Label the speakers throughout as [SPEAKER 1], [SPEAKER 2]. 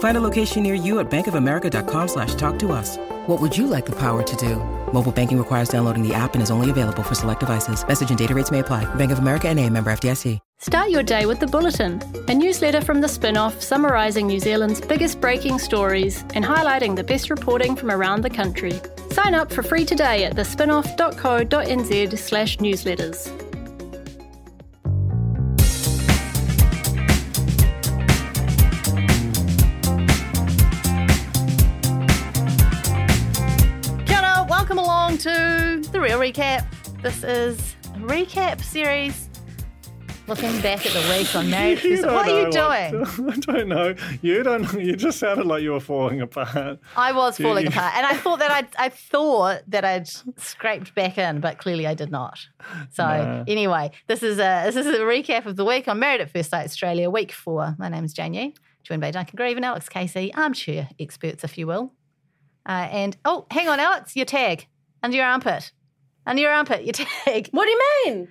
[SPEAKER 1] Find a location near you at bankofamerica.com slash talk to us. What would you like the power to do? Mobile banking requires downloading the app and is only available for select devices. Message and data rates may apply. Bank of America and a member FDIC.
[SPEAKER 2] Start your day with The Bulletin, a newsletter from the spin off summarising New Zealand's biggest breaking stories and highlighting the best reporting from around the country. Sign up for free today at thespinoff.co.nz slash newsletters. Kia ora, welcome along to The Real Recap. This is a recap series looking back at the week on Marriage
[SPEAKER 3] You
[SPEAKER 2] Present. What are you
[SPEAKER 3] don't know
[SPEAKER 2] doing?
[SPEAKER 3] what to- I don't know. You don't. You just sounded like you were falling apart.
[SPEAKER 2] I was
[SPEAKER 3] Yeah,
[SPEAKER 2] falling
[SPEAKER 3] you-
[SPEAKER 2] apart, and I thought that I'd, I thought that I'd scraped back in, but clearly I did not. So
[SPEAKER 3] Nah.
[SPEAKER 2] anyway, this is a this is a recap of the week on Married at First Sight Australia, week four. My name's Jane Yee, joined by Duncan Grieve and Alex Casey, armchair experts, if you will. Uh, and oh, hang on, Alex, your tag under your armpit, under your armpit, your tag.
[SPEAKER 4] What do you mean?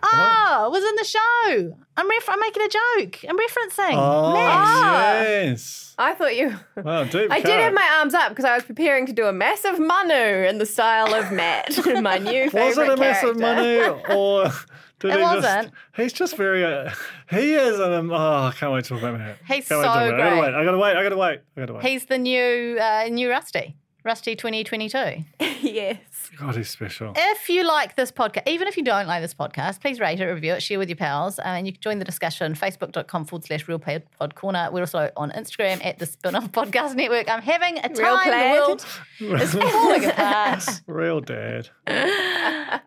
[SPEAKER 2] Oh, it was in the show. I'm ref- I'm making a joke. I'm referencing.
[SPEAKER 3] Oh
[SPEAKER 2] Matt.
[SPEAKER 3] yes.
[SPEAKER 4] I thought you.
[SPEAKER 3] Wow, deep
[SPEAKER 4] I did have
[SPEAKER 3] cut.
[SPEAKER 4] my arms up because I was preparing to do a massive Manu in the style of Matt, my new favorite
[SPEAKER 3] Was it a mess of money or? Did
[SPEAKER 2] It
[SPEAKER 3] he
[SPEAKER 2] wasn't.
[SPEAKER 3] Just, he's just very. Uh, he is an. um, Oh, I can't wait to talk about him.
[SPEAKER 2] He's
[SPEAKER 3] can't wait to
[SPEAKER 2] so
[SPEAKER 3] talk about him.
[SPEAKER 2] great.
[SPEAKER 3] I gotta wait. I gotta wait. I gotta wait. I gotta wait.
[SPEAKER 2] He's the new uh, new Rusty, Rusty 2022.
[SPEAKER 4] yes.
[SPEAKER 3] God, he's special.
[SPEAKER 2] If you like this podcast, even if you don't like this podcast, please rate it, review it, share with your pals, uh, and you can join the discussion. Facebook.com forward slash Real Plaid Pod Corner. We're also on Instagram at the Spin Off Podcast Network. I'm having a time.
[SPEAKER 4] Real
[SPEAKER 2] the
[SPEAKER 4] Plaid.
[SPEAKER 2] world is falling apart.
[SPEAKER 3] Real dad.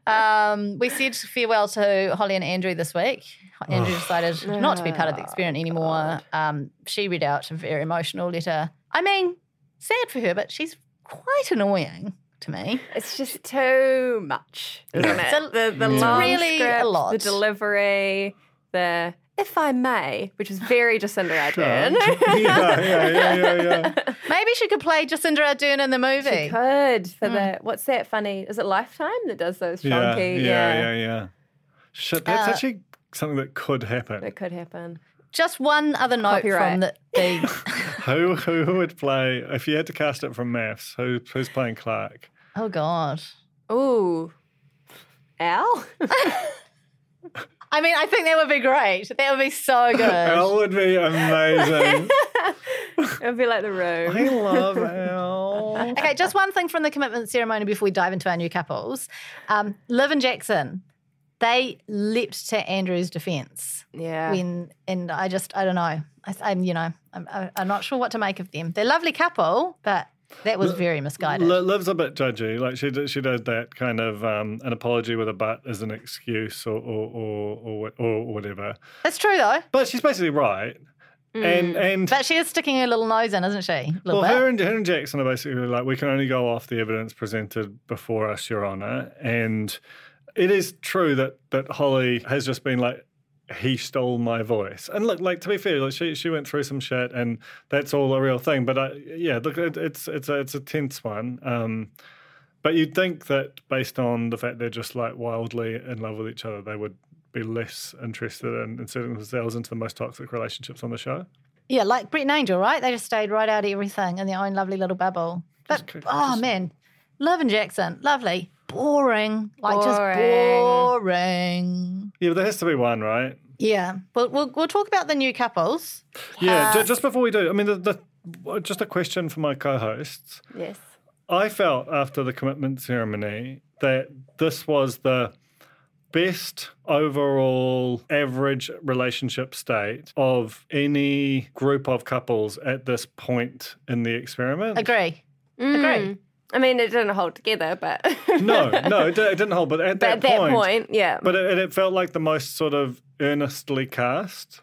[SPEAKER 2] Um, we said farewell to Holly and Andrew this week. Andrew decided not to be part of the experiment anymore. Um, she read out a very emotional letter. I mean, sad for her, but she's quite annoying to me.
[SPEAKER 4] It's just too much, isn't it?
[SPEAKER 2] It's a-
[SPEAKER 4] the the
[SPEAKER 2] it's
[SPEAKER 4] long
[SPEAKER 2] really a
[SPEAKER 4] script,
[SPEAKER 2] lot.
[SPEAKER 4] the delivery, the if I may, which is very Jacinda
[SPEAKER 3] yeah,
[SPEAKER 4] Ardern.
[SPEAKER 3] yeah, yeah, yeah, yeah.
[SPEAKER 2] Maybe she could play Jacinda Ardern in the movie.
[SPEAKER 4] She could
[SPEAKER 2] Hmm.
[SPEAKER 4] for the what's that funny? Is it Lifetime that does those
[SPEAKER 3] Yeah,
[SPEAKER 4] funky?
[SPEAKER 3] yeah, yeah, yeah. Shit, that's
[SPEAKER 2] Uh,
[SPEAKER 3] actually something that could happen.
[SPEAKER 4] That could happen.
[SPEAKER 2] Just one other note from
[SPEAKER 4] Copyright.
[SPEAKER 2] the. the
[SPEAKER 3] Who who would play if you had to cast it from maths? Who who's playing Clark?
[SPEAKER 2] oh God.
[SPEAKER 4] Ooh, Al.
[SPEAKER 2] I mean, I think that would be great. That would be so good.
[SPEAKER 3] Al would be amazing.
[SPEAKER 4] It'd be like the room.
[SPEAKER 3] I love Al.
[SPEAKER 2] Okay, just one thing from the commitment ceremony before we dive into our new couples. Um, Liv and Jackson, they leapt to Andrew's defense
[SPEAKER 4] Yeah.
[SPEAKER 2] when, and I just, I don't know. I, am you know, I'm, I- I'm not sure what to make of them. They're a lovely couple, but that was very misguided.
[SPEAKER 3] Li- Liv's a bit judgy. Like she d- she does that kind of um, an apology with a but as an excuse or or or, or, wha- or whatever.
[SPEAKER 2] That's true though.
[SPEAKER 3] But she's basically right. And and
[SPEAKER 2] But she is sticking her little nose in, isn't she? A little
[SPEAKER 3] Well,
[SPEAKER 2] bit.
[SPEAKER 3] her and, her and Jackson are basically like, we can only go off the evidence presented before us, Your Honour. And it is true that, that Holly has just been like, he stole my voice. And look, like to be fair, like she she went through some shit, and that's all a real thing. But I, yeah, look, it, it's it's a, it's a tense one. Um, but you'd think that based on the fact they're just like wildly in love with each other, they would be less interested in inserting themselves into the most toxic relationships on the show.
[SPEAKER 2] yeah, like Brett and Angel, right? They just stayed right out of everything in their own lovely little bubble. But
[SPEAKER 3] Just-
[SPEAKER 2] oh
[SPEAKER 3] just-
[SPEAKER 2] man, Liv and Jackson, lovely, boring, like just
[SPEAKER 4] Boring.
[SPEAKER 2] boring.
[SPEAKER 3] Yeah, but there has to be one, right?
[SPEAKER 2] Yeah, well, we'll we'll talk about the new couples.
[SPEAKER 3] Yeah, ju- just before we do, I mean, the, the, just a question for my co hosts.
[SPEAKER 4] yes.
[SPEAKER 3] I felt after the commitment ceremony that this was the best overall average relationship state of any group of couples at this point in the experiment.
[SPEAKER 2] Agree. Agree.
[SPEAKER 4] Mm. I mean, it didn't hold together, but
[SPEAKER 3] No, no, it, di- it didn't hold, but at
[SPEAKER 4] but
[SPEAKER 3] that,
[SPEAKER 4] at that point, yeah.
[SPEAKER 3] But it, it felt like the most sort of earnestly cast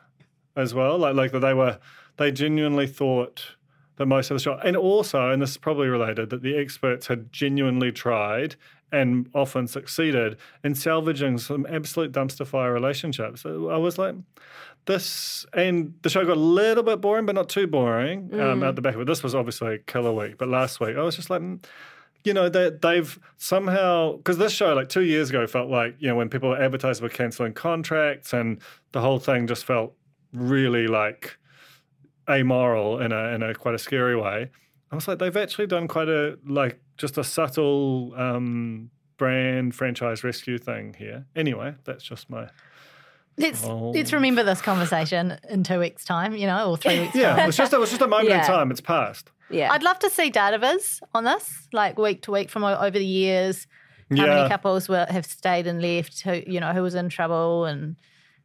[SPEAKER 3] as well. Like like that they were they genuinely thought that most of the shot and also, and this is probably related, that the experts had genuinely tried and often succeeded in salvaging some absolute dumpster fire relationships. I was like, this and the show got a little bit boring, but not too boring. Um, at the back of it, this was obviously a killer week, but last week I was just like, mm, you know, they, they've somehow because this show like two years ago felt like you know when people were advertised were canceling contracts and the whole thing just felt really like amoral in a in a quite a scary way. I was like, they've actually done quite a like just a subtle um, brand franchise rescue thing here. Anyway, that's just my
[SPEAKER 2] Let's
[SPEAKER 3] Oh.
[SPEAKER 2] let's remember this conversation in two weeks' time, you know, or three weeks'
[SPEAKER 3] yeah. It
[SPEAKER 2] time.
[SPEAKER 3] was just it was just a moment
[SPEAKER 4] Yeah.
[SPEAKER 3] in time. It's passed.
[SPEAKER 4] yeah.
[SPEAKER 2] I'd love to see data viz on this, like week to week from o- over the years. How
[SPEAKER 3] Yeah.
[SPEAKER 2] many couples were have stayed and left? Who you know who was in trouble and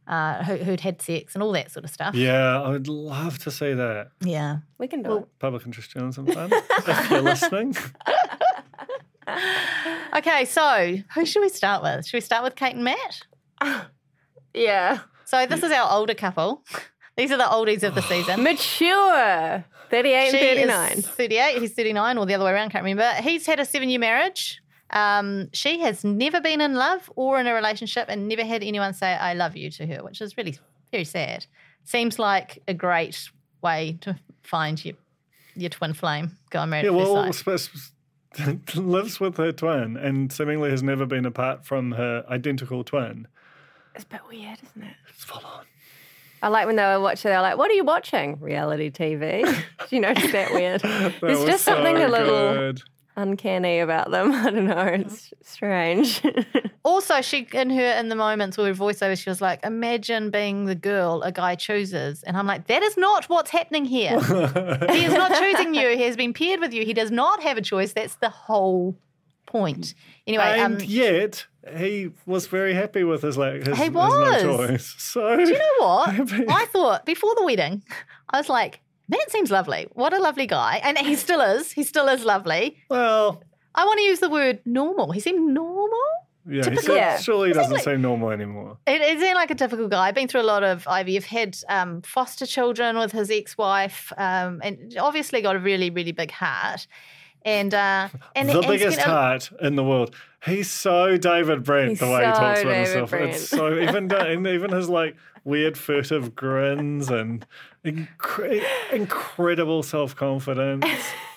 [SPEAKER 2] uh, who, who'd had sex and all that sort of stuff.
[SPEAKER 3] Yeah, I would love to see that.
[SPEAKER 2] Yeah.
[SPEAKER 4] we can do it.
[SPEAKER 3] Public interest journalism fund, if you're listening.
[SPEAKER 2] Okay, so who should we start with? Should we start with Kate and Matt?
[SPEAKER 4] Yeah.
[SPEAKER 2] So this is our older couple. These are the oldies of the season.
[SPEAKER 4] Mature. 38
[SPEAKER 2] She
[SPEAKER 4] and
[SPEAKER 2] is
[SPEAKER 4] 39.
[SPEAKER 2] 38, he's 39, or the other way around, can't remember. He's had a seven year marriage. Um, she has never been in love or in a relationship and never had anyone say, I love you to her, which is really very sad. Seems like a great way to find your, your twin flame. Go and marry
[SPEAKER 3] yeah,
[SPEAKER 2] at first
[SPEAKER 3] well,
[SPEAKER 2] sight.
[SPEAKER 3] sp- sp- lives with her twin and seemingly has never been apart from her identical twin.
[SPEAKER 4] It's a bit weird, isn't it?
[SPEAKER 3] It's full on.
[SPEAKER 4] I like when they were watching, they were like, what are you watching? Reality TV. Do you notice that weird?
[SPEAKER 3] That
[SPEAKER 4] There's
[SPEAKER 3] was
[SPEAKER 4] just something
[SPEAKER 3] so
[SPEAKER 4] a little
[SPEAKER 3] good.
[SPEAKER 4] uncanny about them. I don't know. It's strange.
[SPEAKER 2] also she in her in the moments where voiceover she was like imagine being the girl a guy chooses and i'm like that is not what's happening here he is not choosing you he has been paired with you he does not have a choice that's the whole point anyway um,
[SPEAKER 3] And
[SPEAKER 2] you
[SPEAKER 3] yet, he was very happy with his, like, his,
[SPEAKER 2] He
[SPEAKER 3] his
[SPEAKER 2] was.
[SPEAKER 3] no choice. So,
[SPEAKER 2] know what
[SPEAKER 3] Maybe.
[SPEAKER 2] i thought before the wedding i was like Matt seems lovely. What a lovely guy. And he still is. He still is lovely.
[SPEAKER 3] well,
[SPEAKER 2] I want to use the word normal. He seemed normal.
[SPEAKER 3] yeah, he
[SPEAKER 4] Typical- Yeah.
[SPEAKER 3] sur- surely he doesn't
[SPEAKER 2] like-
[SPEAKER 3] seem normal anymore.
[SPEAKER 2] It isn't like a typical guy. I've been through a lot of IVF, had um, foster children with his ex wife, um, and obviously got a really, really big heart. And, uh, and
[SPEAKER 3] the
[SPEAKER 2] and
[SPEAKER 3] biggest
[SPEAKER 2] spent a-
[SPEAKER 3] heart in the world. He's so David Brent
[SPEAKER 4] He's
[SPEAKER 3] the way he
[SPEAKER 4] so
[SPEAKER 3] talks about
[SPEAKER 4] David
[SPEAKER 3] himself. It's so even da- and even his like weird furtive grins and incre- incredible self confidence.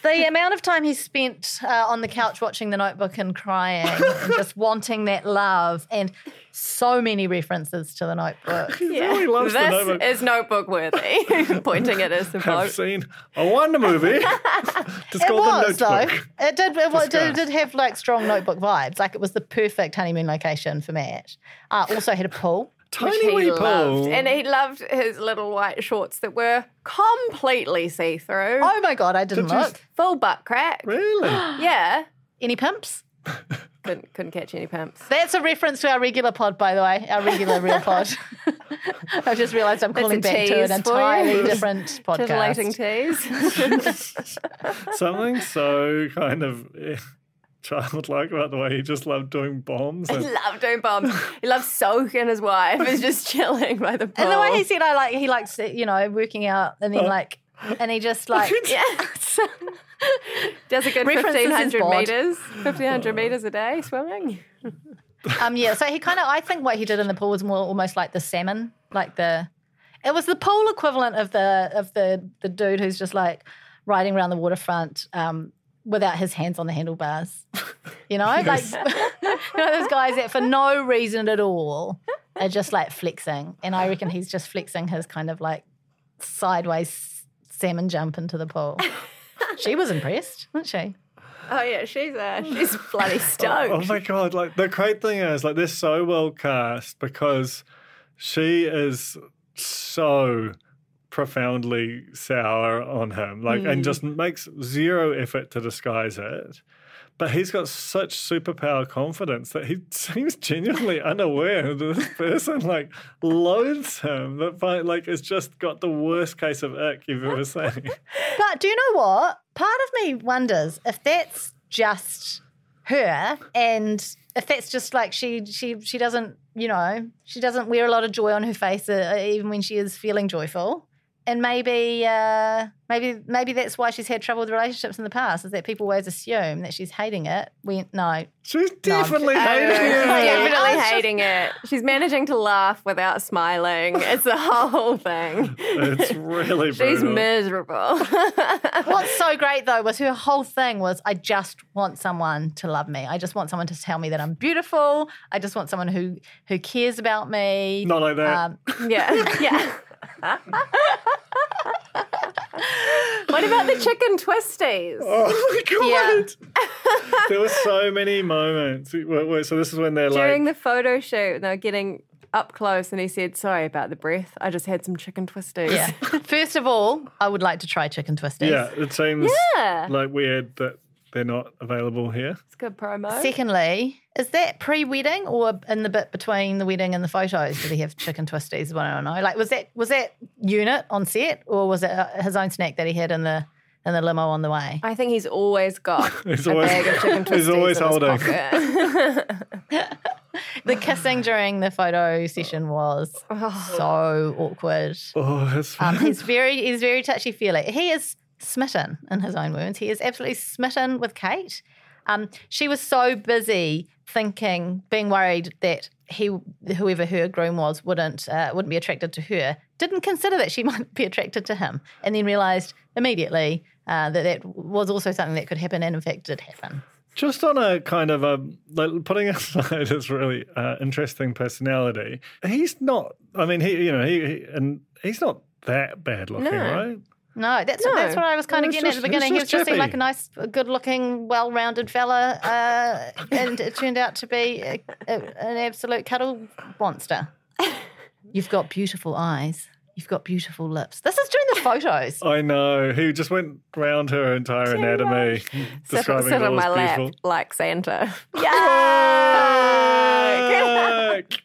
[SPEAKER 2] the amount of time he spent uh, on the couch watching the notebook and crying and just wanting that love, and so many references to the notebook.
[SPEAKER 3] really loves the
[SPEAKER 4] this
[SPEAKER 3] notebook.
[SPEAKER 4] is notebook worthy. Pointing at us
[SPEAKER 3] I've
[SPEAKER 4] about.
[SPEAKER 3] seen a Wonder movie. Just
[SPEAKER 2] It
[SPEAKER 3] called
[SPEAKER 2] was
[SPEAKER 3] the
[SPEAKER 2] though.
[SPEAKER 3] Notebook.
[SPEAKER 2] It did. It, was- it
[SPEAKER 3] Discuss.
[SPEAKER 2] did have like strong notebook vibes. Like it was the perfect honeymoon location for Matt. Uh, also had a pool.
[SPEAKER 4] Which
[SPEAKER 3] Tiny
[SPEAKER 4] he
[SPEAKER 3] wee
[SPEAKER 4] loved.
[SPEAKER 3] pool.
[SPEAKER 4] And he loved his little white shorts that were completely see through.
[SPEAKER 2] Oh my god, I didn't
[SPEAKER 3] Did you
[SPEAKER 2] look.
[SPEAKER 3] s-
[SPEAKER 4] Full butt crack.
[SPEAKER 3] really?
[SPEAKER 4] Yeah.
[SPEAKER 2] Any pimps?
[SPEAKER 4] Couldn't, couldn't catch any pimps.
[SPEAKER 2] That's a reference to our regular pod, by the way, our regular real pod. I've just realised I'm calling
[SPEAKER 4] a
[SPEAKER 2] back to an
[SPEAKER 4] tease for you.
[SPEAKER 2] entirely different
[SPEAKER 4] Titillating
[SPEAKER 2] podcast.
[SPEAKER 4] tease.
[SPEAKER 3] Something so kind of eh, childlike about the way he just loved doing bombs
[SPEAKER 4] he
[SPEAKER 3] and
[SPEAKER 4] loved doing bombs. He loved Soak and his wife. Is just chilling by the pool.
[SPEAKER 2] And the way he said, I like, he likes, you know, working out and
[SPEAKER 4] Oh.
[SPEAKER 2] then like, and he just like,
[SPEAKER 4] yeah. Does a good
[SPEAKER 2] References is
[SPEAKER 4] 1,500
[SPEAKER 2] bod.
[SPEAKER 4] meters. 1,500 meters a day swimming.
[SPEAKER 2] um, yeah. So he kind of, I think what he did in the pool was more almost like the salmon, like the, it was the pool equivalent of the of the the dude who's just like riding around the waterfront um, without his hands on the handlebars. You know, like you know those guys that for no reason at all are just like flexing, and I reckon he's just flexing his kind of like sideways salmon jump into the pool. she was impressed, wasn't she?
[SPEAKER 4] Oh, yeah, she's uh, she's bloody
[SPEAKER 3] Oh
[SPEAKER 4] stoked.
[SPEAKER 3] my god! Like the great thing is, like they're so well cast because she is so profoundly sour on him, like, and just makes zero effort to disguise it. But he's got such superpower confidence that he seems genuinely unaware that this person like loathes him. That fight like it's just got the worst case of ick you've ever seen.
[SPEAKER 2] But do you know what? Part of me wonders if that's just her and if that's just like she she she doesn't, you know, she doesn't wear a lot of joy on her face uh, even when she is feeling joyful. And maybe uh, maybe maybe that's why she's had trouble with relationships in the past is that people always assume that she's hating it. We no.
[SPEAKER 3] She's definitely hating
[SPEAKER 4] She's
[SPEAKER 3] it.
[SPEAKER 2] I was
[SPEAKER 4] definitely
[SPEAKER 2] just-
[SPEAKER 4] hating it. She's managing to laugh without smiling. It's the whole thing.
[SPEAKER 3] It's really
[SPEAKER 4] She's
[SPEAKER 3] brutal.
[SPEAKER 4] miserable.
[SPEAKER 2] What's so great though was her whole thing was I just want someone to love me. I just want someone to tell me that I'm beautiful. I just want someone who who cares about me.
[SPEAKER 3] Not like that.
[SPEAKER 2] Um,
[SPEAKER 4] yeah, yeah. what about the chicken twisties?
[SPEAKER 3] Oh my
[SPEAKER 2] Yeah.
[SPEAKER 3] god! there were so many moments. Wait, wait, So this is when they're
[SPEAKER 4] During
[SPEAKER 3] like,
[SPEAKER 4] the photo shoot, they were getting up close, and he said, "Sorry about the breath. I just had some chicken twisties."
[SPEAKER 2] yeah. First of all, I would like to try chicken twisties.
[SPEAKER 3] yeah, it seems
[SPEAKER 4] Yeah.
[SPEAKER 3] like weird that they're not available here.
[SPEAKER 4] it's good promo.
[SPEAKER 2] Secondly, is that pre-wedding or in the bit between the wedding and the photos? Did he have chicken twisties? Well, I don't know. Like, was that was that unit on set or was it uh, his own snack that he had in the in the limo on the way?
[SPEAKER 4] I think he's always got
[SPEAKER 3] He's
[SPEAKER 4] a
[SPEAKER 3] always-
[SPEAKER 4] bag of chicken twisties
[SPEAKER 3] he's always
[SPEAKER 4] in his
[SPEAKER 3] holding.
[SPEAKER 4] pocket.
[SPEAKER 2] The kissing during the photo session was so awkward.
[SPEAKER 3] Oh, that's
[SPEAKER 2] Um, he's very he's very touchy feely. He is smitten in his own words. He is absolutely smitten with Kate. Um, she was so busy thinking, being worried that he, whoever her groom was, wouldn't uh, wouldn't be attracted to her. Didn't consider that she might be attracted to him, and then realised immediately uh, that that was also something that could happen, and in fact did happen.
[SPEAKER 3] just on a kind of a like putting aside his really uh, interesting personality. He's not. I mean, he you know he, he and he's not that bad looking,
[SPEAKER 4] No.
[SPEAKER 3] right?
[SPEAKER 2] No, that's
[SPEAKER 4] No.
[SPEAKER 2] that's what I was kind
[SPEAKER 3] It
[SPEAKER 2] of
[SPEAKER 3] was
[SPEAKER 2] getting
[SPEAKER 3] just-
[SPEAKER 2] at
[SPEAKER 3] it
[SPEAKER 2] the
[SPEAKER 3] was
[SPEAKER 2] beginning. He
[SPEAKER 3] just
[SPEAKER 2] was just seemed
[SPEAKER 3] chippy.
[SPEAKER 2] like a nice, good-looking, well-rounded fella, uh, and it turned out to be a, a, an absolute cuddle monster. You've got beautiful eyes. You've got beautiful lips. This is during the photos.
[SPEAKER 3] I know. He just went round her entire anatomy,
[SPEAKER 4] sit,
[SPEAKER 3] describing
[SPEAKER 4] sit
[SPEAKER 3] it
[SPEAKER 4] on
[SPEAKER 3] all
[SPEAKER 4] my
[SPEAKER 3] as
[SPEAKER 4] lap
[SPEAKER 3] beautiful.
[SPEAKER 4] like Santa.
[SPEAKER 3] Yuck!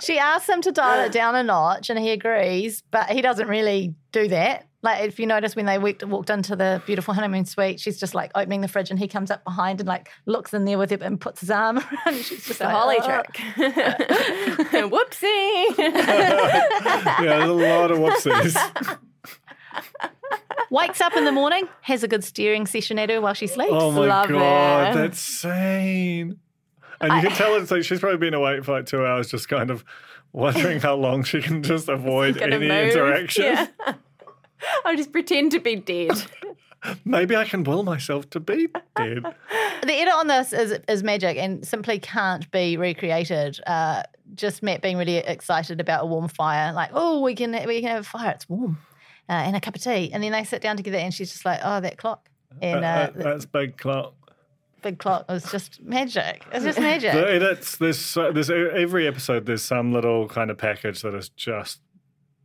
[SPEAKER 2] She asks him to dial it down a notch, and he agrees, but he doesn't really do that. Like if you notice when they walked, walked into the beautiful honeymoon suite, she's just like opening the fridge, and he comes up behind and like looks in there with her and puts his arm around. her. She's just
[SPEAKER 4] It's a
[SPEAKER 2] like,
[SPEAKER 4] holly
[SPEAKER 2] "Oh."
[SPEAKER 4] trick. Whoopsie.
[SPEAKER 3] yeah, there's a lot of whoopsies.
[SPEAKER 2] Wakes up in the morning, has a good steering session at her while she sleeps.
[SPEAKER 3] Oh my
[SPEAKER 4] Love
[SPEAKER 3] god,
[SPEAKER 4] it.
[SPEAKER 3] that's sane. And you can tell it's like she's probably been awake for like two hours, just kind of wondering how long she can just avoid
[SPEAKER 4] Gonna
[SPEAKER 3] any
[SPEAKER 4] move.
[SPEAKER 3] interaction.
[SPEAKER 4] Yeah. I'll just pretend to be dead.
[SPEAKER 3] Maybe I can will myself to be dead.
[SPEAKER 2] The edit on this is is magic and simply can't be recreated. Uh, just Matt being really excited about a warm fire, like oh we can we can have a fire, it's warm, uh, and a cup of tea, and then they sit down together, and she's just like oh that clock and uh,
[SPEAKER 3] That-
[SPEAKER 2] the
[SPEAKER 3] that's big clock.
[SPEAKER 2] big clock was just magic. It's just magic.
[SPEAKER 3] The- That's there's so, there's e, every episode there's some little kind of package that is just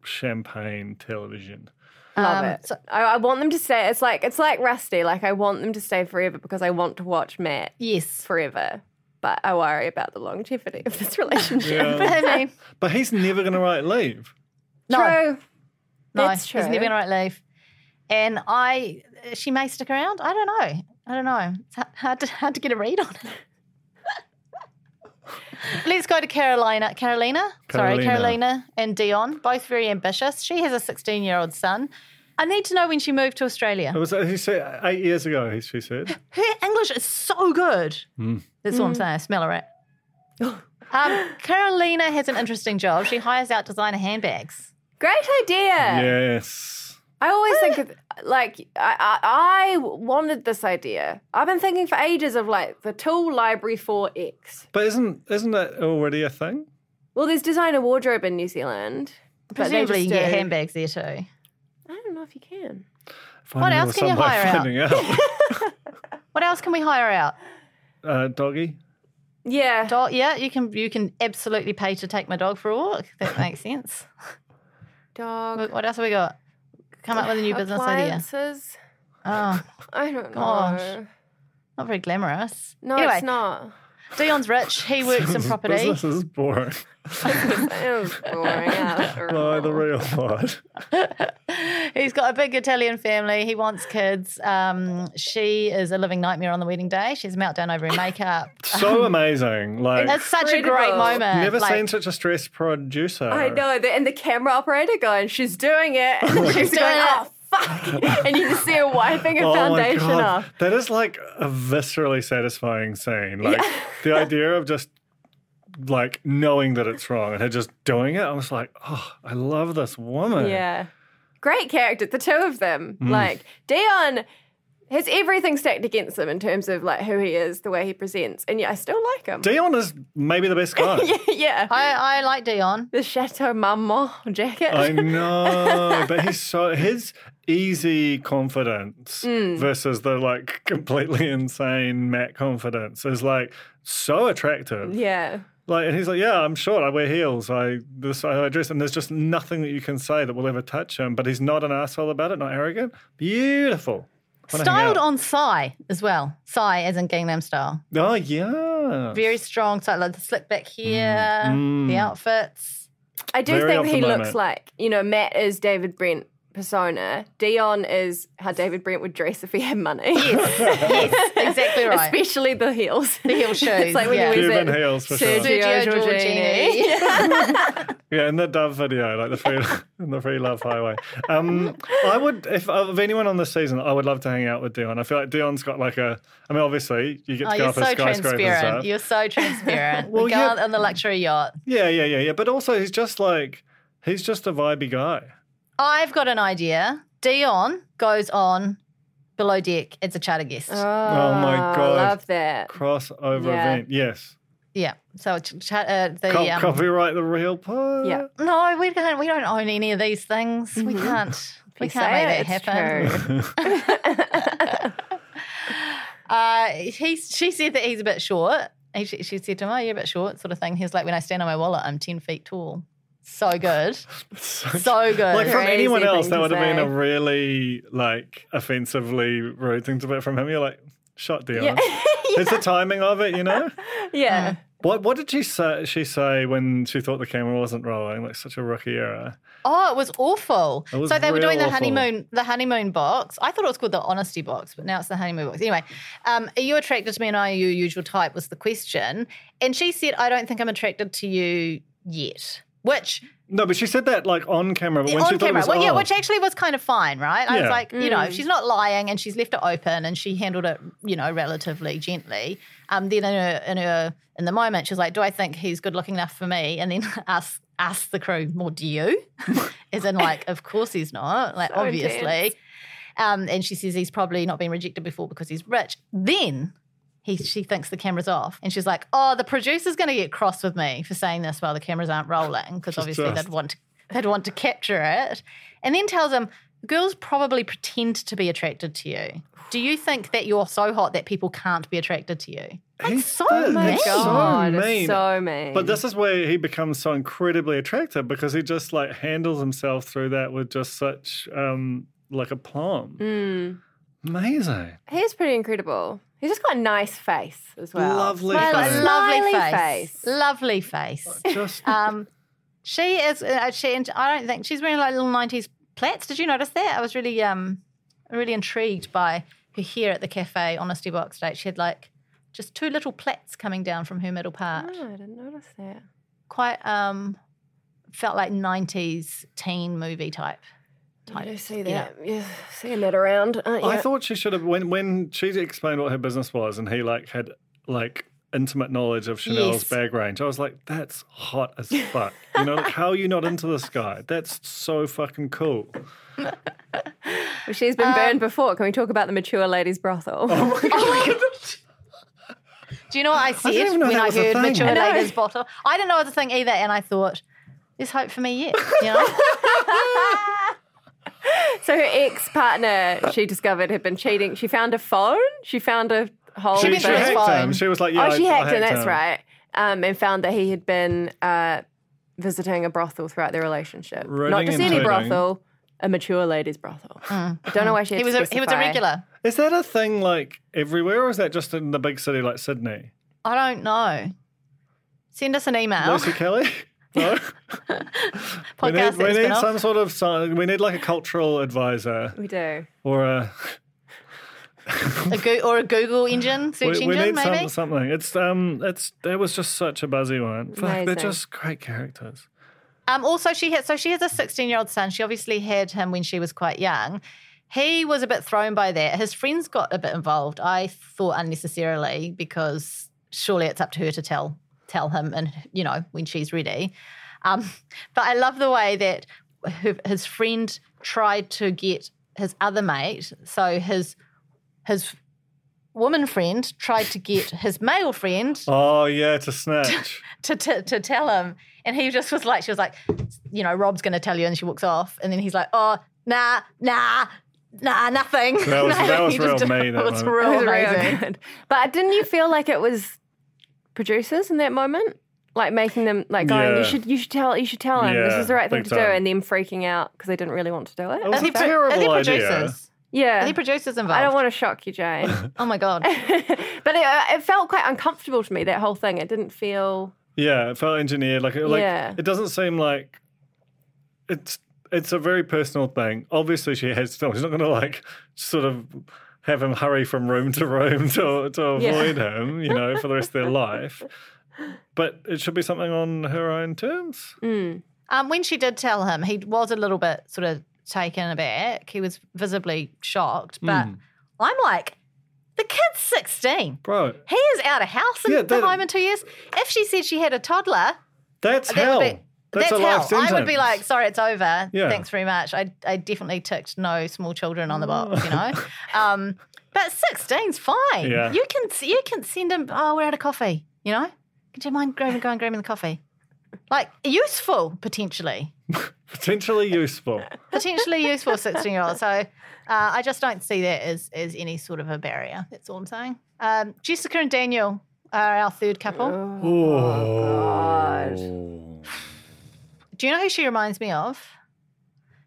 [SPEAKER 3] champagne television.
[SPEAKER 4] Love
[SPEAKER 2] Um,
[SPEAKER 4] it.
[SPEAKER 2] so-
[SPEAKER 4] I, I want them to stay. It's like it's like Rusty. Like I want them to stay forever because I want to watch Matt
[SPEAKER 2] yes.
[SPEAKER 4] forever. But I worry about the longevity of this relationship.
[SPEAKER 3] Yeah.
[SPEAKER 2] Maybe.
[SPEAKER 3] Um, but he's never gonna write leave.
[SPEAKER 2] No.
[SPEAKER 4] True.
[SPEAKER 2] No,
[SPEAKER 4] That's
[SPEAKER 2] He's
[SPEAKER 4] true.
[SPEAKER 2] never gonna write leave. And I, she may stick around. I don't know. I don't know. It's h- hard to hard to get a read on it. Let's go to Carolina. Carolina, sorry,
[SPEAKER 3] Carolina.
[SPEAKER 2] Carolina and Dion, both very ambitious. She has a 16 year old son. I need to know when she moved to Australia.
[SPEAKER 3] It was he said eight years ago. he- She said.
[SPEAKER 2] Her English is so good. That's all I'm saying. I smell a rat. um, Carolina has an interesting job. She hires out designer handbags.
[SPEAKER 4] Great idea.
[SPEAKER 3] Yes.
[SPEAKER 4] I always
[SPEAKER 2] Uh.
[SPEAKER 4] think of like I, I I wanted this idea. I've been thinking for ages of like the tool library for X.
[SPEAKER 3] But isn't isn't that already a thing?
[SPEAKER 4] Well, there's designer wardrobe in New Zealand, but they
[SPEAKER 2] Presumably,
[SPEAKER 4] just
[SPEAKER 2] you
[SPEAKER 4] do.
[SPEAKER 2] get handbags there too.
[SPEAKER 4] I don't know if you can.
[SPEAKER 3] Finding
[SPEAKER 2] else
[SPEAKER 3] was
[SPEAKER 2] can you
[SPEAKER 3] some way of
[SPEAKER 2] hire out?
[SPEAKER 3] finding out.
[SPEAKER 2] What else can we hire out?
[SPEAKER 3] uh, doggy.
[SPEAKER 4] Yeah,
[SPEAKER 2] Dog, yeah, you can you can absolutely pay to take my dog for a walk. That makes sense.
[SPEAKER 4] dog.
[SPEAKER 2] What what else have we got? Come up with a new business idea.
[SPEAKER 4] appliances.
[SPEAKER 2] Oh,
[SPEAKER 4] I don't
[SPEAKER 2] Gosh.
[SPEAKER 4] know.
[SPEAKER 2] not very glamorous.
[SPEAKER 4] No,
[SPEAKER 2] anyway,
[SPEAKER 4] it's not.
[SPEAKER 2] Dion's rich. He works in property.
[SPEAKER 3] Business is boring.
[SPEAKER 4] It was boring after
[SPEAKER 3] By the
[SPEAKER 4] all.
[SPEAKER 3] real part.
[SPEAKER 2] He's got a big Italian family. He wants kids. Um, she is a living nightmare on the wedding day. She's a meltdown over her makeup.
[SPEAKER 3] So amazing. Like
[SPEAKER 2] It's such a great
[SPEAKER 4] Incredible.
[SPEAKER 2] moment.
[SPEAKER 3] never
[SPEAKER 2] Like,
[SPEAKER 3] seen such a stressed producer.
[SPEAKER 4] I know, the- and the camera operator going, she's doing it. And she's
[SPEAKER 2] doing
[SPEAKER 4] going,
[SPEAKER 2] it.
[SPEAKER 4] oh, fuck. And you just see her wiping
[SPEAKER 3] Oh,
[SPEAKER 4] her foundation off.
[SPEAKER 3] That is like a viscerally satisfying scene. Like the idea of just like knowing that it's wrong and her just doing it. I was like, oh, I love this woman.
[SPEAKER 4] Yeah. Great character, the two of them.
[SPEAKER 3] Mm.
[SPEAKER 4] Like, Dion has everything stacked against him in terms of like who he is, the way he presents, and yet I still like him.
[SPEAKER 3] Dion is maybe the best guy.
[SPEAKER 4] yeah.
[SPEAKER 2] I, I like Dion.
[SPEAKER 4] the Chateau Marmont jacket.
[SPEAKER 3] I know, but he's so his easy confidence
[SPEAKER 2] Hmm.
[SPEAKER 3] versus the like completely insane Matt confidence is like so attractive.
[SPEAKER 4] yeah.
[SPEAKER 3] Like, and he's like, yeah, I'm short. I wear heels. I this I dress, and there's just nothing that you can say that will ever touch him. But he's not an asshole about it. Not arrogant. Beautiful. Wanna hang
[SPEAKER 2] Styled
[SPEAKER 3] out.
[SPEAKER 2] on Psy as well. Psy as in Gangnam style.
[SPEAKER 3] Oh yeah.
[SPEAKER 2] Very strong. So like the slick back hair, the outfits.
[SPEAKER 4] I do
[SPEAKER 3] Very
[SPEAKER 4] think
[SPEAKER 3] of
[SPEAKER 4] he
[SPEAKER 3] the
[SPEAKER 4] looks
[SPEAKER 3] moment.
[SPEAKER 4] like, you know, Matt is David Brent persona. Dion is how David Brent would dress if he had money.
[SPEAKER 2] yes, exactly right.
[SPEAKER 4] Especially the heels. The
[SPEAKER 2] heel shoes,
[SPEAKER 4] it's like when
[SPEAKER 2] yeah.
[SPEAKER 4] he wears
[SPEAKER 3] Cuban
[SPEAKER 4] it.
[SPEAKER 3] heels for sure.
[SPEAKER 4] Sergio,
[SPEAKER 2] Sergio
[SPEAKER 4] Giorgini.
[SPEAKER 2] Giorgini.
[SPEAKER 3] Yeah, in the Dove video, like the free, in the free love highway. Um, I would, if of anyone on this season, I would love to hang out with Dion. I feel like Dion's got like a. I mean, obviously, you get to
[SPEAKER 2] Oh,
[SPEAKER 3] go
[SPEAKER 2] you're
[SPEAKER 3] up
[SPEAKER 2] so
[SPEAKER 3] a skyscraper and stuff.
[SPEAKER 2] transparent. You're so transparent.
[SPEAKER 3] Well,
[SPEAKER 2] we go
[SPEAKER 3] yeah.
[SPEAKER 2] out on the luxury yacht.
[SPEAKER 3] Yeah, yeah, yeah, yeah. But also, he's just like he's just a vibey guy.
[SPEAKER 2] I've got an idea. Dion goes on below deck as a charter guest.
[SPEAKER 4] Oh,
[SPEAKER 3] my God.
[SPEAKER 4] love that.
[SPEAKER 3] Crossover
[SPEAKER 4] Yeah.
[SPEAKER 3] event, yes.
[SPEAKER 2] yeah. So ch- ch- uh, the
[SPEAKER 3] Co-
[SPEAKER 2] um,
[SPEAKER 3] copyright the real part.
[SPEAKER 4] Yeah.
[SPEAKER 2] no, we don't. We don't own any of these things. We can't. we
[SPEAKER 4] You
[SPEAKER 2] can't
[SPEAKER 4] say
[SPEAKER 2] make
[SPEAKER 4] it,
[SPEAKER 2] that
[SPEAKER 4] it's
[SPEAKER 2] happen.
[SPEAKER 4] true.
[SPEAKER 2] Uh, he, she said that he's a bit short. And She, she said to him, "Oh, you're a bit short," sort of thing. He was like, "When I stand on my wallet, I'm ten feet tall." So good, so good.
[SPEAKER 3] Like from
[SPEAKER 4] Crazy
[SPEAKER 3] anyone else,
[SPEAKER 4] thing
[SPEAKER 3] that
[SPEAKER 4] to
[SPEAKER 3] would have been a
[SPEAKER 4] say.
[SPEAKER 3] really like offensively rude thing to put from him. You're like, shot Dion. It's the timing of it, you know.
[SPEAKER 4] yeah.
[SPEAKER 3] What What did she say? She say when she thought the camera wasn't rolling, like such a rookie error.
[SPEAKER 2] Oh, it was awful.
[SPEAKER 3] It was
[SPEAKER 2] so they were
[SPEAKER 3] real
[SPEAKER 2] doing the
[SPEAKER 3] awful.
[SPEAKER 2] honeymoon, the honeymoon box. I thought it was called the honesty box, but now it's the honeymoon box. Anyway, um, are you attracted to me and I are you your usual type was the question. And she said, I don't think I'm attracted to you yet. Which
[SPEAKER 3] No, but she said that like on camera. But
[SPEAKER 2] on
[SPEAKER 3] when she thought it
[SPEAKER 2] camera,
[SPEAKER 3] was
[SPEAKER 2] well, yeah,
[SPEAKER 3] off-
[SPEAKER 2] which actually was kind of fine, right? I was
[SPEAKER 3] Yeah.
[SPEAKER 2] like, you know,
[SPEAKER 4] Mm.
[SPEAKER 2] she's not lying, and she's left it open, and she handled it, you know, relatively gently. Um, then in her, in her, in the moment, she was like, "Do I think he's good looking enough for me?" And then asked asked the crew, "More do you?" As in, like, of course he's not, like,
[SPEAKER 4] So
[SPEAKER 2] obviously.
[SPEAKER 4] intense.
[SPEAKER 2] Um, and she says he's probably not been rejected before because he's rich. Then. He, she thinks the camera's off, and she's like, "Oh, the producer's going to get cross with me for saying this while the cameras aren't rolling, because obviously
[SPEAKER 3] just-
[SPEAKER 2] they'd want to, they'd want to capture it." And then tells him, "Girls probably pretend to be attracted to you. Do you think that you're so hot that people can't be attracted to you?"
[SPEAKER 3] He's
[SPEAKER 2] so
[SPEAKER 3] that-
[SPEAKER 2] mean.
[SPEAKER 3] that's so
[SPEAKER 4] God, it's
[SPEAKER 3] mean.
[SPEAKER 4] so mean.
[SPEAKER 3] But this is where he becomes so incredibly attractive because he just like handles himself through that with just such um like aplomb.
[SPEAKER 4] Mm.
[SPEAKER 3] Amazing.
[SPEAKER 4] He's pretty incredible. He's just got a nice face as well.
[SPEAKER 3] Lovely
[SPEAKER 2] Well,
[SPEAKER 3] face.
[SPEAKER 2] a lovely
[SPEAKER 4] Smiley
[SPEAKER 2] face.
[SPEAKER 4] face.
[SPEAKER 2] lovely face.
[SPEAKER 3] Just
[SPEAKER 2] Um, she is. Uh, she and I don't think she's wearing like little nineties plaits. Did you notice that? I was really, um, really intrigued by her hair at the cafe honesty box date. She had like just two little plaits coming down from her middle
[SPEAKER 4] Oh, I
[SPEAKER 3] Mm.
[SPEAKER 2] part.
[SPEAKER 4] didn't notice that.
[SPEAKER 2] Quite um, felt like nineties teen movie type.
[SPEAKER 4] I do see
[SPEAKER 2] yeah.
[SPEAKER 4] that. You're seeing that around, aren't you?
[SPEAKER 3] I thought she should have when when she explained what her business was and he like had like intimate knowledge of Chanel's
[SPEAKER 2] Yes.
[SPEAKER 3] bag range. I was like, that's hot as fuck. you know, like, how are you not into this guy? That's so fucking cool.
[SPEAKER 4] Well, she's been burned before. Can we talk about the mature ladies' brothel?
[SPEAKER 2] Do you know what I said
[SPEAKER 3] even know
[SPEAKER 2] when
[SPEAKER 3] that
[SPEAKER 2] I
[SPEAKER 3] was a
[SPEAKER 2] heard
[SPEAKER 3] thing.
[SPEAKER 2] mature
[SPEAKER 3] I know.
[SPEAKER 2] lady's bottle? I didn't know it was a thing either, and I thought, "There's hope for me yet." You know?
[SPEAKER 4] so her ex partner, she discovered, had been cheating. She found a phone. She found a whole.
[SPEAKER 3] she,
[SPEAKER 2] went
[SPEAKER 3] she
[SPEAKER 2] through
[SPEAKER 4] thing.
[SPEAKER 2] his
[SPEAKER 3] hacked him.
[SPEAKER 2] phone.
[SPEAKER 3] She was like, yeah,
[SPEAKER 4] Oh, she
[SPEAKER 3] I,
[SPEAKER 4] hacked
[SPEAKER 3] I
[SPEAKER 4] him. That's
[SPEAKER 3] him.
[SPEAKER 4] right. Um, and found that he had been uh, visiting a brothel throughout their relationship.
[SPEAKER 3] Running
[SPEAKER 4] Not just
[SPEAKER 3] and
[SPEAKER 4] any
[SPEAKER 3] toting.
[SPEAKER 4] brothel, a mature ladies' brothel. I don't know why she had
[SPEAKER 2] He was
[SPEAKER 4] to
[SPEAKER 2] a, he was a
[SPEAKER 4] specify.
[SPEAKER 2] regular.
[SPEAKER 3] Is that a thing like everywhere, or is that just in the big city like Sydney?
[SPEAKER 2] I don't know. Send us an
[SPEAKER 4] Oh.
[SPEAKER 2] email.
[SPEAKER 3] Lucy Kelly? No. we need,
[SPEAKER 2] Podcast
[SPEAKER 3] we
[SPEAKER 2] at
[SPEAKER 3] need
[SPEAKER 2] spin-off.
[SPEAKER 3] some sort of sign. We need like a cultural advisor
[SPEAKER 4] We do.
[SPEAKER 3] or a.
[SPEAKER 2] a Goo- or a Google engine, search
[SPEAKER 3] We, we
[SPEAKER 2] engine,
[SPEAKER 3] need some-
[SPEAKER 2] maybe.
[SPEAKER 3] something. It's um. It's that was just such a buzzy one. Fuck, they're
[SPEAKER 4] Amazing.
[SPEAKER 3] just great characters.
[SPEAKER 2] Um, also, she had so she has a 16 year old son. She obviously had him when she was quite young. He was a bit thrown by that. His friends got a bit involved. I thought unnecessarily because surely it's up to her to tell tell him, and you know when she's ready. Um, but I love the way that her- his friend tried to get his other mate. So his his woman friend tried to get his male friend
[SPEAKER 3] Oh yeah, to snatch.
[SPEAKER 2] to, to, to tell him. And he just was like, she was like, you know, Rob's going to tell you. And she walks off. And then he's like, oh, nah, nah, nah, nothing.
[SPEAKER 3] That was- that was
[SPEAKER 2] He just
[SPEAKER 3] real
[SPEAKER 2] did-
[SPEAKER 3] me, that
[SPEAKER 2] It was
[SPEAKER 3] moment.
[SPEAKER 2] real
[SPEAKER 4] It was real
[SPEAKER 2] Oh, amazing.
[SPEAKER 4] good. But didn't you feel like it was producers in that moment? Like making them like going,
[SPEAKER 3] Yeah.
[SPEAKER 4] you should you should tell you should tell him this
[SPEAKER 3] Yeah,
[SPEAKER 4] is the right thing
[SPEAKER 3] big
[SPEAKER 4] to do,
[SPEAKER 3] time.
[SPEAKER 4] and them freaking out because they didn't really want to do it.
[SPEAKER 3] It was
[SPEAKER 2] Are
[SPEAKER 3] a
[SPEAKER 2] they pro-
[SPEAKER 3] terrible
[SPEAKER 2] are they
[SPEAKER 3] idea.
[SPEAKER 2] producers? Are
[SPEAKER 4] yeah,
[SPEAKER 2] they producers involved?
[SPEAKER 4] I don't want to shock you, Jane,
[SPEAKER 2] oh my God.
[SPEAKER 4] but it, uh, it felt quite uncomfortable to me that whole thing. It didn't feel
[SPEAKER 3] Yeah, it felt engineered. Like, it- like
[SPEAKER 4] Yeah.
[SPEAKER 3] it doesn't seem like it's it's a very personal thing. Obviously, she has to. She's not going to like sort of have him hurry from room to room to to
[SPEAKER 4] Yeah.
[SPEAKER 3] avoid him. You know, for the rest of their life. But it should be something on her own terms.
[SPEAKER 2] Um, when she did tell him, he was a little bit sort of taken aback. He was visibly shocked.
[SPEAKER 3] Hmm.
[SPEAKER 2] But I'm like, the kid's 16.
[SPEAKER 3] Bro,
[SPEAKER 2] He is out of house and
[SPEAKER 3] Yeah,
[SPEAKER 2] the
[SPEAKER 3] that-
[SPEAKER 2] home in two years. If she said she had a toddler,
[SPEAKER 3] that's
[SPEAKER 2] That
[SPEAKER 3] hell.
[SPEAKER 2] would be-
[SPEAKER 3] that's, a life
[SPEAKER 2] hell.
[SPEAKER 3] sentence.
[SPEAKER 2] I would be like, sorry, it's over.
[SPEAKER 3] Yeah.
[SPEAKER 2] Thanks very much. I, I definitely ticked no small children on the box, you know. um, but 16's fine.
[SPEAKER 3] Oh. Yeah.
[SPEAKER 2] You can you can send him. Oh, we're out of coffee. You know, could you mind grabbing going grabbing the coffee? Like useful potentially,
[SPEAKER 3] potentially useful.
[SPEAKER 2] potentially useful sixteen year old. So uh, I just don't see that as as any sort of a barrier. That's all I'm saying. Um, Jessica and Daniel are our third couple.
[SPEAKER 3] Oh,
[SPEAKER 2] Do you know who she reminds me of?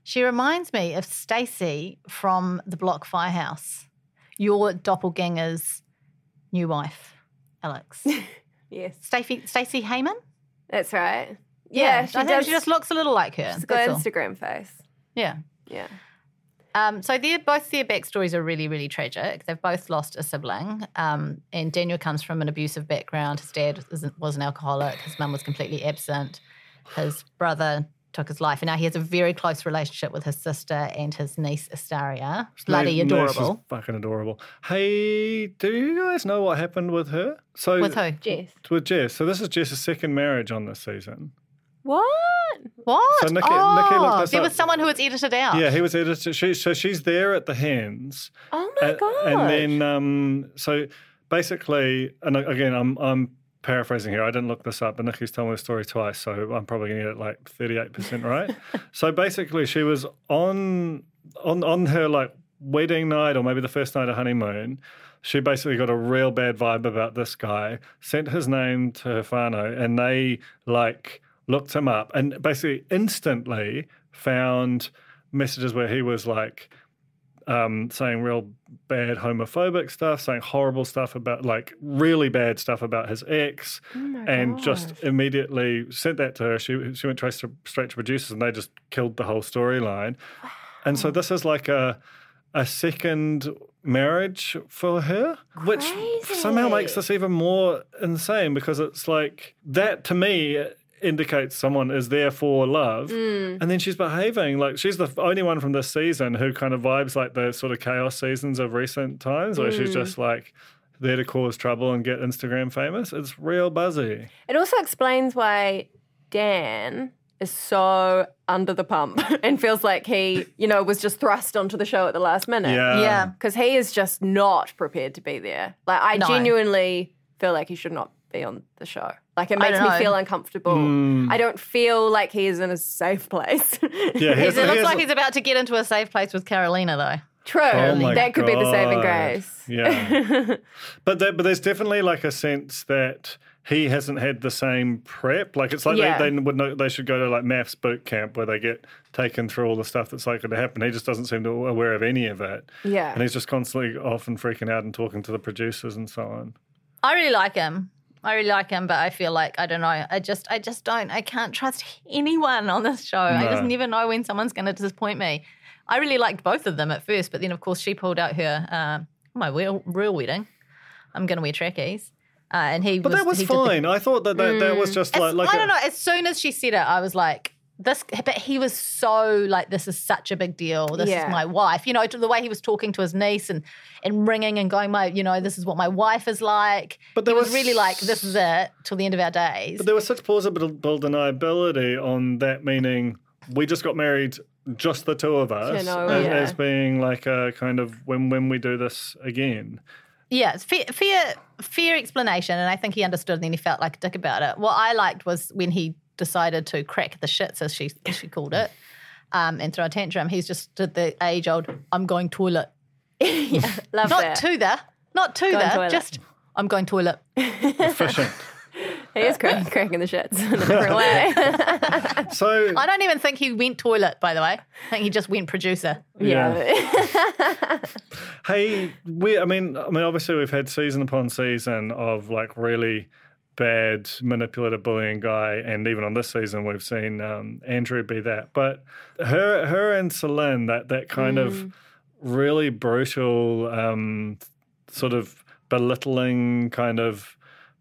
[SPEAKER 2] She reminds me of Stacy from the Block Firehouse, your doppelganger's new wife, Alex.
[SPEAKER 4] yes,
[SPEAKER 2] Stacy Stacy Heyman?
[SPEAKER 4] that's right.
[SPEAKER 2] I
[SPEAKER 4] Yeah, she
[SPEAKER 2] think
[SPEAKER 4] does.
[SPEAKER 2] she just looks a little like her.
[SPEAKER 4] she's got
[SPEAKER 2] That's all.
[SPEAKER 4] Instagram face.
[SPEAKER 2] Yeah.
[SPEAKER 4] Yeah,
[SPEAKER 2] Um, so they're both their backstories are really, really tragic. They've both lost a sibling, um, and Daniel comes from an abusive background. His dad is an- was an alcoholic. His mum was completely absent. His brother took his life, and now he has a very close relationship with his sister and his niece Astaria. Bloody
[SPEAKER 3] Nice- nice is
[SPEAKER 2] adorable.
[SPEAKER 3] fucking adorable. Hey, do you guys know what happened with her? So
[SPEAKER 2] With who?
[SPEAKER 4] Jess.
[SPEAKER 3] With Jess. So this is Jess's second marriage on this season.
[SPEAKER 4] What?
[SPEAKER 2] What?
[SPEAKER 3] So Nikki-
[SPEAKER 2] oh,
[SPEAKER 3] Nikki looked us
[SPEAKER 2] there
[SPEAKER 3] up.
[SPEAKER 2] was someone who was edited out.
[SPEAKER 3] Yeah, he was editor. She, so she's there at the hands.
[SPEAKER 4] Oh my
[SPEAKER 3] and,
[SPEAKER 4] god!
[SPEAKER 3] And then um, so basically, and again, I'm I'm paraphrasing here. I didn't look this up, but Nikki's told me the story twice, so I'm probably going to get it like 38 percent right. so basically, she was on on on her like wedding night or maybe the first night of honeymoon. She basically got a real bad vibe about this guy, sent his name to her whānau, and they like looked him up and basically instantly found messages where he was like, um, saying real bad homophobic stuff, saying horrible stuff about like really bad stuff about his ex, and just immediately sent that to her. She she went straight to, straight to producers, and they just killed the whole storyline. And
[SPEAKER 2] Oh.
[SPEAKER 3] so this is like a a second marriage for her, which somehow makes this even more insane because it's like that to me indicates someone is there for love
[SPEAKER 2] Mm.
[SPEAKER 3] and then she's behaving like she's the only one from this season who kind of vibes like the sort of chaos seasons of recent times where
[SPEAKER 2] Mm.
[SPEAKER 3] she's just like there to cause trouble and get Instagram famous. It's real buzzy.
[SPEAKER 4] It also explains why Dan is so under the pump and feels like he, you know, was just thrust onto the show at the last minute.
[SPEAKER 3] Yeah.
[SPEAKER 2] Yeah.
[SPEAKER 4] Because he is just not prepared to be there. Like, I
[SPEAKER 2] No.
[SPEAKER 4] genuinely feel like he should not be on the show. Like, it
[SPEAKER 2] I
[SPEAKER 4] makes
[SPEAKER 2] don't
[SPEAKER 4] me
[SPEAKER 2] know.
[SPEAKER 4] feel uncomfortable. I don't feel like he is in a safe place.
[SPEAKER 3] Mm. Yeah,
[SPEAKER 2] He's-
[SPEAKER 3] here's-
[SPEAKER 2] it looks
[SPEAKER 3] here's-
[SPEAKER 2] like he's about to get into a safe place with Carolina, though.
[SPEAKER 4] True.
[SPEAKER 3] Oh my
[SPEAKER 4] that could be the saving
[SPEAKER 3] God.
[SPEAKER 4] grace.
[SPEAKER 3] Yeah. but there, but there's definitely like a sense that he hasn't had the same prep. Like it's like
[SPEAKER 4] Yeah.
[SPEAKER 3] they, they would know, they should go to like maths boot camp where they get taken through all the stuff that's likely to happen. He just doesn't seem to aware of any of it.
[SPEAKER 4] Yeah.
[SPEAKER 3] And he's just constantly off and freaking out and talking to the producers and so on.
[SPEAKER 2] I really like him. I really like him, but I feel like I don't know. I just I just don't I can't trust anyone on this show. I just
[SPEAKER 3] No.
[SPEAKER 2] never know when someone's gonna disappoint me. I really liked both of them at first, but then of course she pulled out her uh, my real, real wedding. I'm gonna wear trackies. Uh, and he
[SPEAKER 3] But that was
[SPEAKER 2] he did the-
[SPEAKER 3] fine. I thought that that, that
[SPEAKER 4] Mm.
[SPEAKER 3] was just like
[SPEAKER 2] as-
[SPEAKER 3] Uh, like
[SPEAKER 2] I
[SPEAKER 3] a-
[SPEAKER 2] don't know. As soon as she said it, I was like, "This." But he was so like, "This is such a big deal. This
[SPEAKER 4] Yeah.
[SPEAKER 2] is my wife." You know, to the way he was talking to his niece and and ringing and going, "My, you know, this is what my wife is like."
[SPEAKER 3] But
[SPEAKER 2] he
[SPEAKER 3] there
[SPEAKER 2] was,
[SPEAKER 3] was-
[SPEAKER 2] really like, "This is it till the end of our days."
[SPEAKER 3] But there was such plausible deniability on that, meaning we just got married, just the two of us,
[SPEAKER 4] You know,
[SPEAKER 3] as,
[SPEAKER 4] yeah.
[SPEAKER 3] as being like a kind of when when we do this again.
[SPEAKER 2] Yeah, it's fair, fair, fair explanation, and I think he understood, and then he felt like a dick about it. What I liked was when he decided to crack the shits, as she as she called it, um, and throw a tantrum. He's just did the age old "I'm going toilet,"
[SPEAKER 4] Love
[SPEAKER 2] not
[SPEAKER 4] that.
[SPEAKER 2] to the, not to the,
[SPEAKER 4] toilet.
[SPEAKER 2] just "I'm going toilet."
[SPEAKER 3] Efficient.
[SPEAKER 4] he is crack, cracking the shits in a different way.
[SPEAKER 3] so
[SPEAKER 2] I don't even think he went toilet, by the way. I think he just went producer.
[SPEAKER 3] Yeah. hey, we. I mean, I mean, obviously we've had season upon season of like really bad manipulative bullying guy, and even on this season we've seen um, Andrew be that. But her, her and Celine, that that kind of really brutal, um, sort of belittling kind of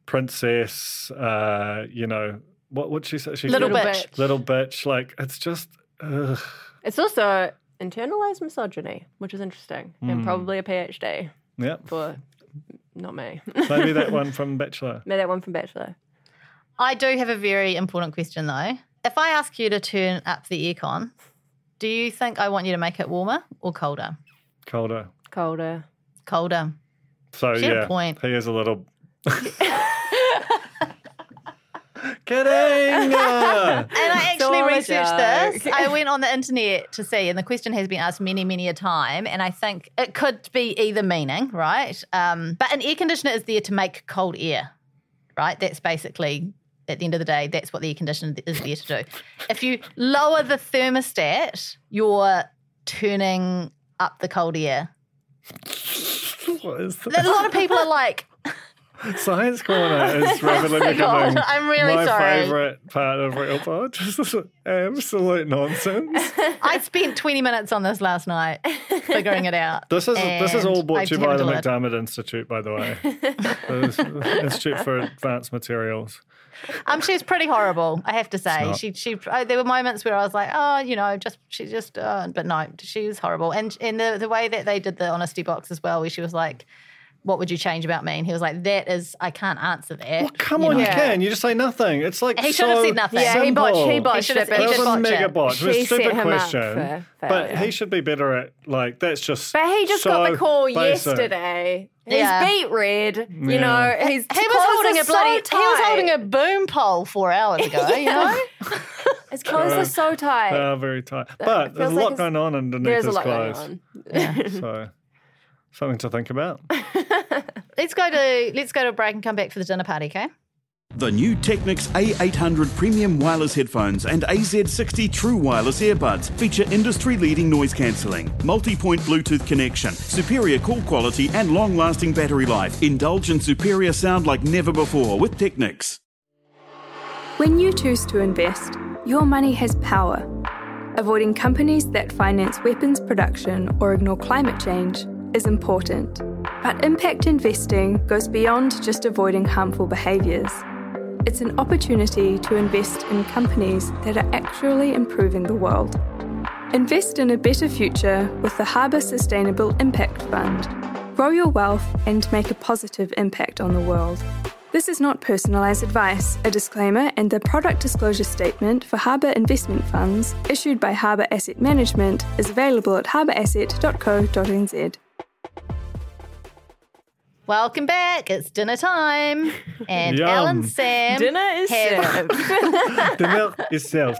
[SPEAKER 3] princess. Uh, you know, what would she say? She
[SPEAKER 2] Little,
[SPEAKER 4] Little
[SPEAKER 2] bitch.
[SPEAKER 4] bitch.
[SPEAKER 3] Little bitch. Like it's just. Ugh.
[SPEAKER 4] It's also internalized misogyny, which is interesting,
[SPEAKER 3] Hmm.
[SPEAKER 4] and probably a PhD
[SPEAKER 3] Yeah,
[SPEAKER 4] for not me.
[SPEAKER 3] maybe that one from Bachelor.
[SPEAKER 4] Made that one from Bachelor.
[SPEAKER 2] I do have a very important question, though. If I ask you to turn up the aircon, do you think I want you to make it warmer or colder?
[SPEAKER 3] Colder.
[SPEAKER 4] Colder.
[SPEAKER 2] Colder.
[SPEAKER 3] So
[SPEAKER 2] She had a
[SPEAKER 3] yeah,
[SPEAKER 2] point.
[SPEAKER 3] he is a little. Kidding. Uh,
[SPEAKER 2] And I actually
[SPEAKER 4] Sorry,
[SPEAKER 2] researched
[SPEAKER 4] Jack.
[SPEAKER 2] this. I went on the internet to see, and the question has been asked many, many a time. And I think it could be either meaning, right? Um, but an air conditioner is there to make cold air, right? That's basically, at the end of the day, that's what the air conditioner is there to do. If you lower the thermostat, you're turning up the cold air.
[SPEAKER 3] what is this?
[SPEAKER 2] A lot of people are like,
[SPEAKER 3] Science corner is rapidly becoming
[SPEAKER 2] God, I'm really
[SPEAKER 3] my
[SPEAKER 2] sorry.
[SPEAKER 3] favorite part of Real Pod. This is absolute nonsense.
[SPEAKER 2] I spent 20 minutes on this last night figuring it out.
[SPEAKER 3] This is this is
[SPEAKER 2] and
[SPEAKER 3] all
[SPEAKER 2] I
[SPEAKER 3] brought to you by
[SPEAKER 2] haven't
[SPEAKER 3] the
[SPEAKER 2] delivered.
[SPEAKER 3] McDermott Institute, by the way. The Institute for Advanced Materials.
[SPEAKER 2] Um, she was pretty horrible, I have to say.
[SPEAKER 3] not.
[SPEAKER 2] She, she, I, there were moments where I was like, oh, you know, just she just, uh, but no, she was horrible. And and the the way that they did the honesty box as well, where she was like, "What would you change about me?" And he was like, "That is, I can't answer that."
[SPEAKER 3] Well, come
[SPEAKER 2] you
[SPEAKER 3] on,
[SPEAKER 2] know.
[SPEAKER 3] you can. You just say nothing. It's like
[SPEAKER 2] He should
[SPEAKER 3] so
[SPEAKER 2] have said nothing.
[SPEAKER 4] Yeah, he
[SPEAKER 3] simple.
[SPEAKER 4] botched. He
[SPEAKER 2] He
[SPEAKER 4] botched
[SPEAKER 2] should
[SPEAKER 4] it.
[SPEAKER 2] have-
[SPEAKER 4] but
[SPEAKER 2] he
[SPEAKER 3] That
[SPEAKER 2] should
[SPEAKER 3] was
[SPEAKER 2] botch
[SPEAKER 3] a mega
[SPEAKER 2] it.
[SPEAKER 3] botch. It was
[SPEAKER 4] She
[SPEAKER 3] a stupid
[SPEAKER 4] set him up
[SPEAKER 3] question.
[SPEAKER 4] for
[SPEAKER 3] but
[SPEAKER 4] failure.
[SPEAKER 3] he should be better at like that's just.
[SPEAKER 4] But he just got the
[SPEAKER 3] so
[SPEAKER 4] call
[SPEAKER 3] basic.
[SPEAKER 4] yesterday. He's
[SPEAKER 2] Yeah.
[SPEAKER 4] beat red. You
[SPEAKER 3] Yeah.
[SPEAKER 4] know, he's
[SPEAKER 2] He was holding a bloody,
[SPEAKER 4] So
[SPEAKER 2] he was
[SPEAKER 4] tight.
[SPEAKER 2] holding a boom pole four hours ago. You know,
[SPEAKER 4] His clothes are so tight.
[SPEAKER 3] They are Oh, very tight. But there's a
[SPEAKER 4] feels like
[SPEAKER 3] lot
[SPEAKER 4] it's-
[SPEAKER 3] going on underneath
[SPEAKER 4] there is a
[SPEAKER 3] his
[SPEAKER 4] lot
[SPEAKER 3] clothes.
[SPEAKER 4] going on.
[SPEAKER 3] So something to think about.
[SPEAKER 2] let's go to let's go to a break and come back for the dinner party, okay?
[SPEAKER 5] The new Technics A800 Premium Wireless Headphones and AZ60 True Wireless Earbuds feature industry leading noise cancelling, multi point Bluetooth connection, superior call quality, and long lasting battery life. Indulge in superior sound like never before with Technics.
[SPEAKER 6] When you choose to invest, your money has power. Avoiding companies that finance weapons production or ignore climate change is important. But impact investing goes beyond just avoiding harmful behaviours. It's an opportunity to invest in companies that are actually improving the world. Invest in a better future with the Harbour Sustainable Impact Fund. Grow your wealth and make a positive impact on the world. This is not personalised advice, a disclaimer, and the product disclosure statement for Harbour Investment Funds issued by Harbour Asset Management is available at harbourasset.co.nz.
[SPEAKER 2] Welcome back. It's dinner time, and
[SPEAKER 3] Yum.
[SPEAKER 2] Alan Sam
[SPEAKER 4] Dinner is
[SPEAKER 2] have
[SPEAKER 4] served.
[SPEAKER 3] the milk is served.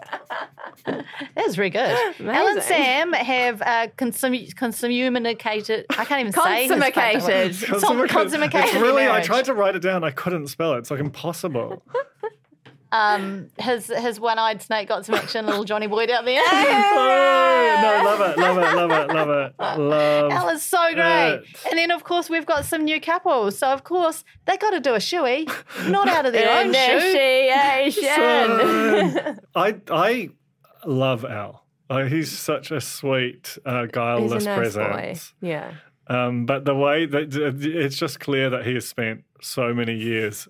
[SPEAKER 2] That's very good. Alan
[SPEAKER 4] Amazing.
[SPEAKER 2] Sam have uh, consum- consummunicated. I can't even say his fucking word.
[SPEAKER 4] Consummated.
[SPEAKER 2] Consum- consummated.
[SPEAKER 3] It's really,
[SPEAKER 2] their
[SPEAKER 3] I
[SPEAKER 2] marriage.
[SPEAKER 3] tried to write it down. I couldn't spell it. It's like impossible.
[SPEAKER 2] Um, his his one eyed snake got some action. Little Johnny Boyd out there.
[SPEAKER 3] Hooray! Oh, no, love it, love it, love it, love it. Love.
[SPEAKER 2] That was so great.
[SPEAKER 3] it.
[SPEAKER 2] And then, of course, we've got some new couples. So, of course, they got to do a shoey, not out of their own shoe.
[SPEAKER 4] Initiation.
[SPEAKER 3] I I love Al. Uh, he's such a sweet, uh,
[SPEAKER 4] He's a
[SPEAKER 3] guileless
[SPEAKER 4] nice boy.
[SPEAKER 3] presence.
[SPEAKER 4] Yeah.
[SPEAKER 3] Um, but the way that it's just clear that he has spent so many years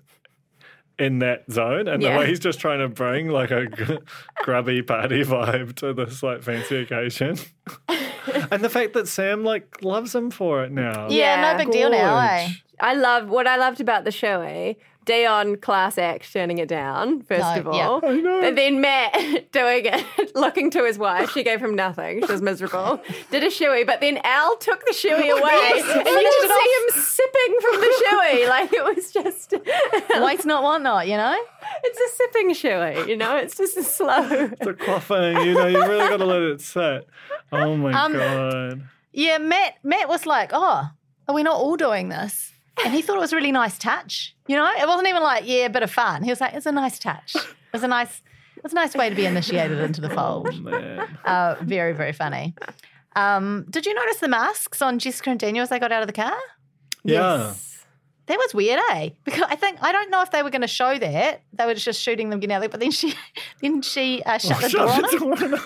[SPEAKER 3] in that zone, and the
[SPEAKER 4] Yeah.
[SPEAKER 3] way he's just trying to bring like a gr- grubby party vibe to this like fancy occasion, and the fact that Sam like loves him for it now.
[SPEAKER 2] Yeah,
[SPEAKER 4] Yeah.
[SPEAKER 2] no big deal now, eh?
[SPEAKER 3] Gorge.
[SPEAKER 4] I love what I loved about the show, eh? Dion class act turning it down, first
[SPEAKER 2] No,
[SPEAKER 4] of all.
[SPEAKER 2] yeah.
[SPEAKER 3] I know.
[SPEAKER 4] But then Matt doing it, looking to his wife. She gave him nothing. She was miserable. Did a shoey, but then Al took the shoey away. and you
[SPEAKER 2] finished
[SPEAKER 4] could
[SPEAKER 2] it
[SPEAKER 4] see him sipping from the shoey. Like it was just,
[SPEAKER 2] Wait's not want not, you know?
[SPEAKER 4] it's a sipping shoey, you know? It's just a slow.
[SPEAKER 3] the quaffing, you know, you really got to let it sit. Oh my
[SPEAKER 4] Um,
[SPEAKER 3] god.
[SPEAKER 2] Yeah, Matt Matt was like, Oh, are we not all doing this? And he thought it was a really nice touch. You know? It wasn't even like, yeah, a bit of fun. He was like, It's a nice touch. It was a nice it was a nice way to be initiated into the fold.
[SPEAKER 3] Man.
[SPEAKER 2] Uh, very, very funny. Um, did you notice the masks on Jessica and Daniel as they got out of the car?
[SPEAKER 3] Yeah.
[SPEAKER 2] That was weird, eh? Because I think I don't know if they were going to show that they were just shooting them getting out there, but then she, then she uh, shut the door on them.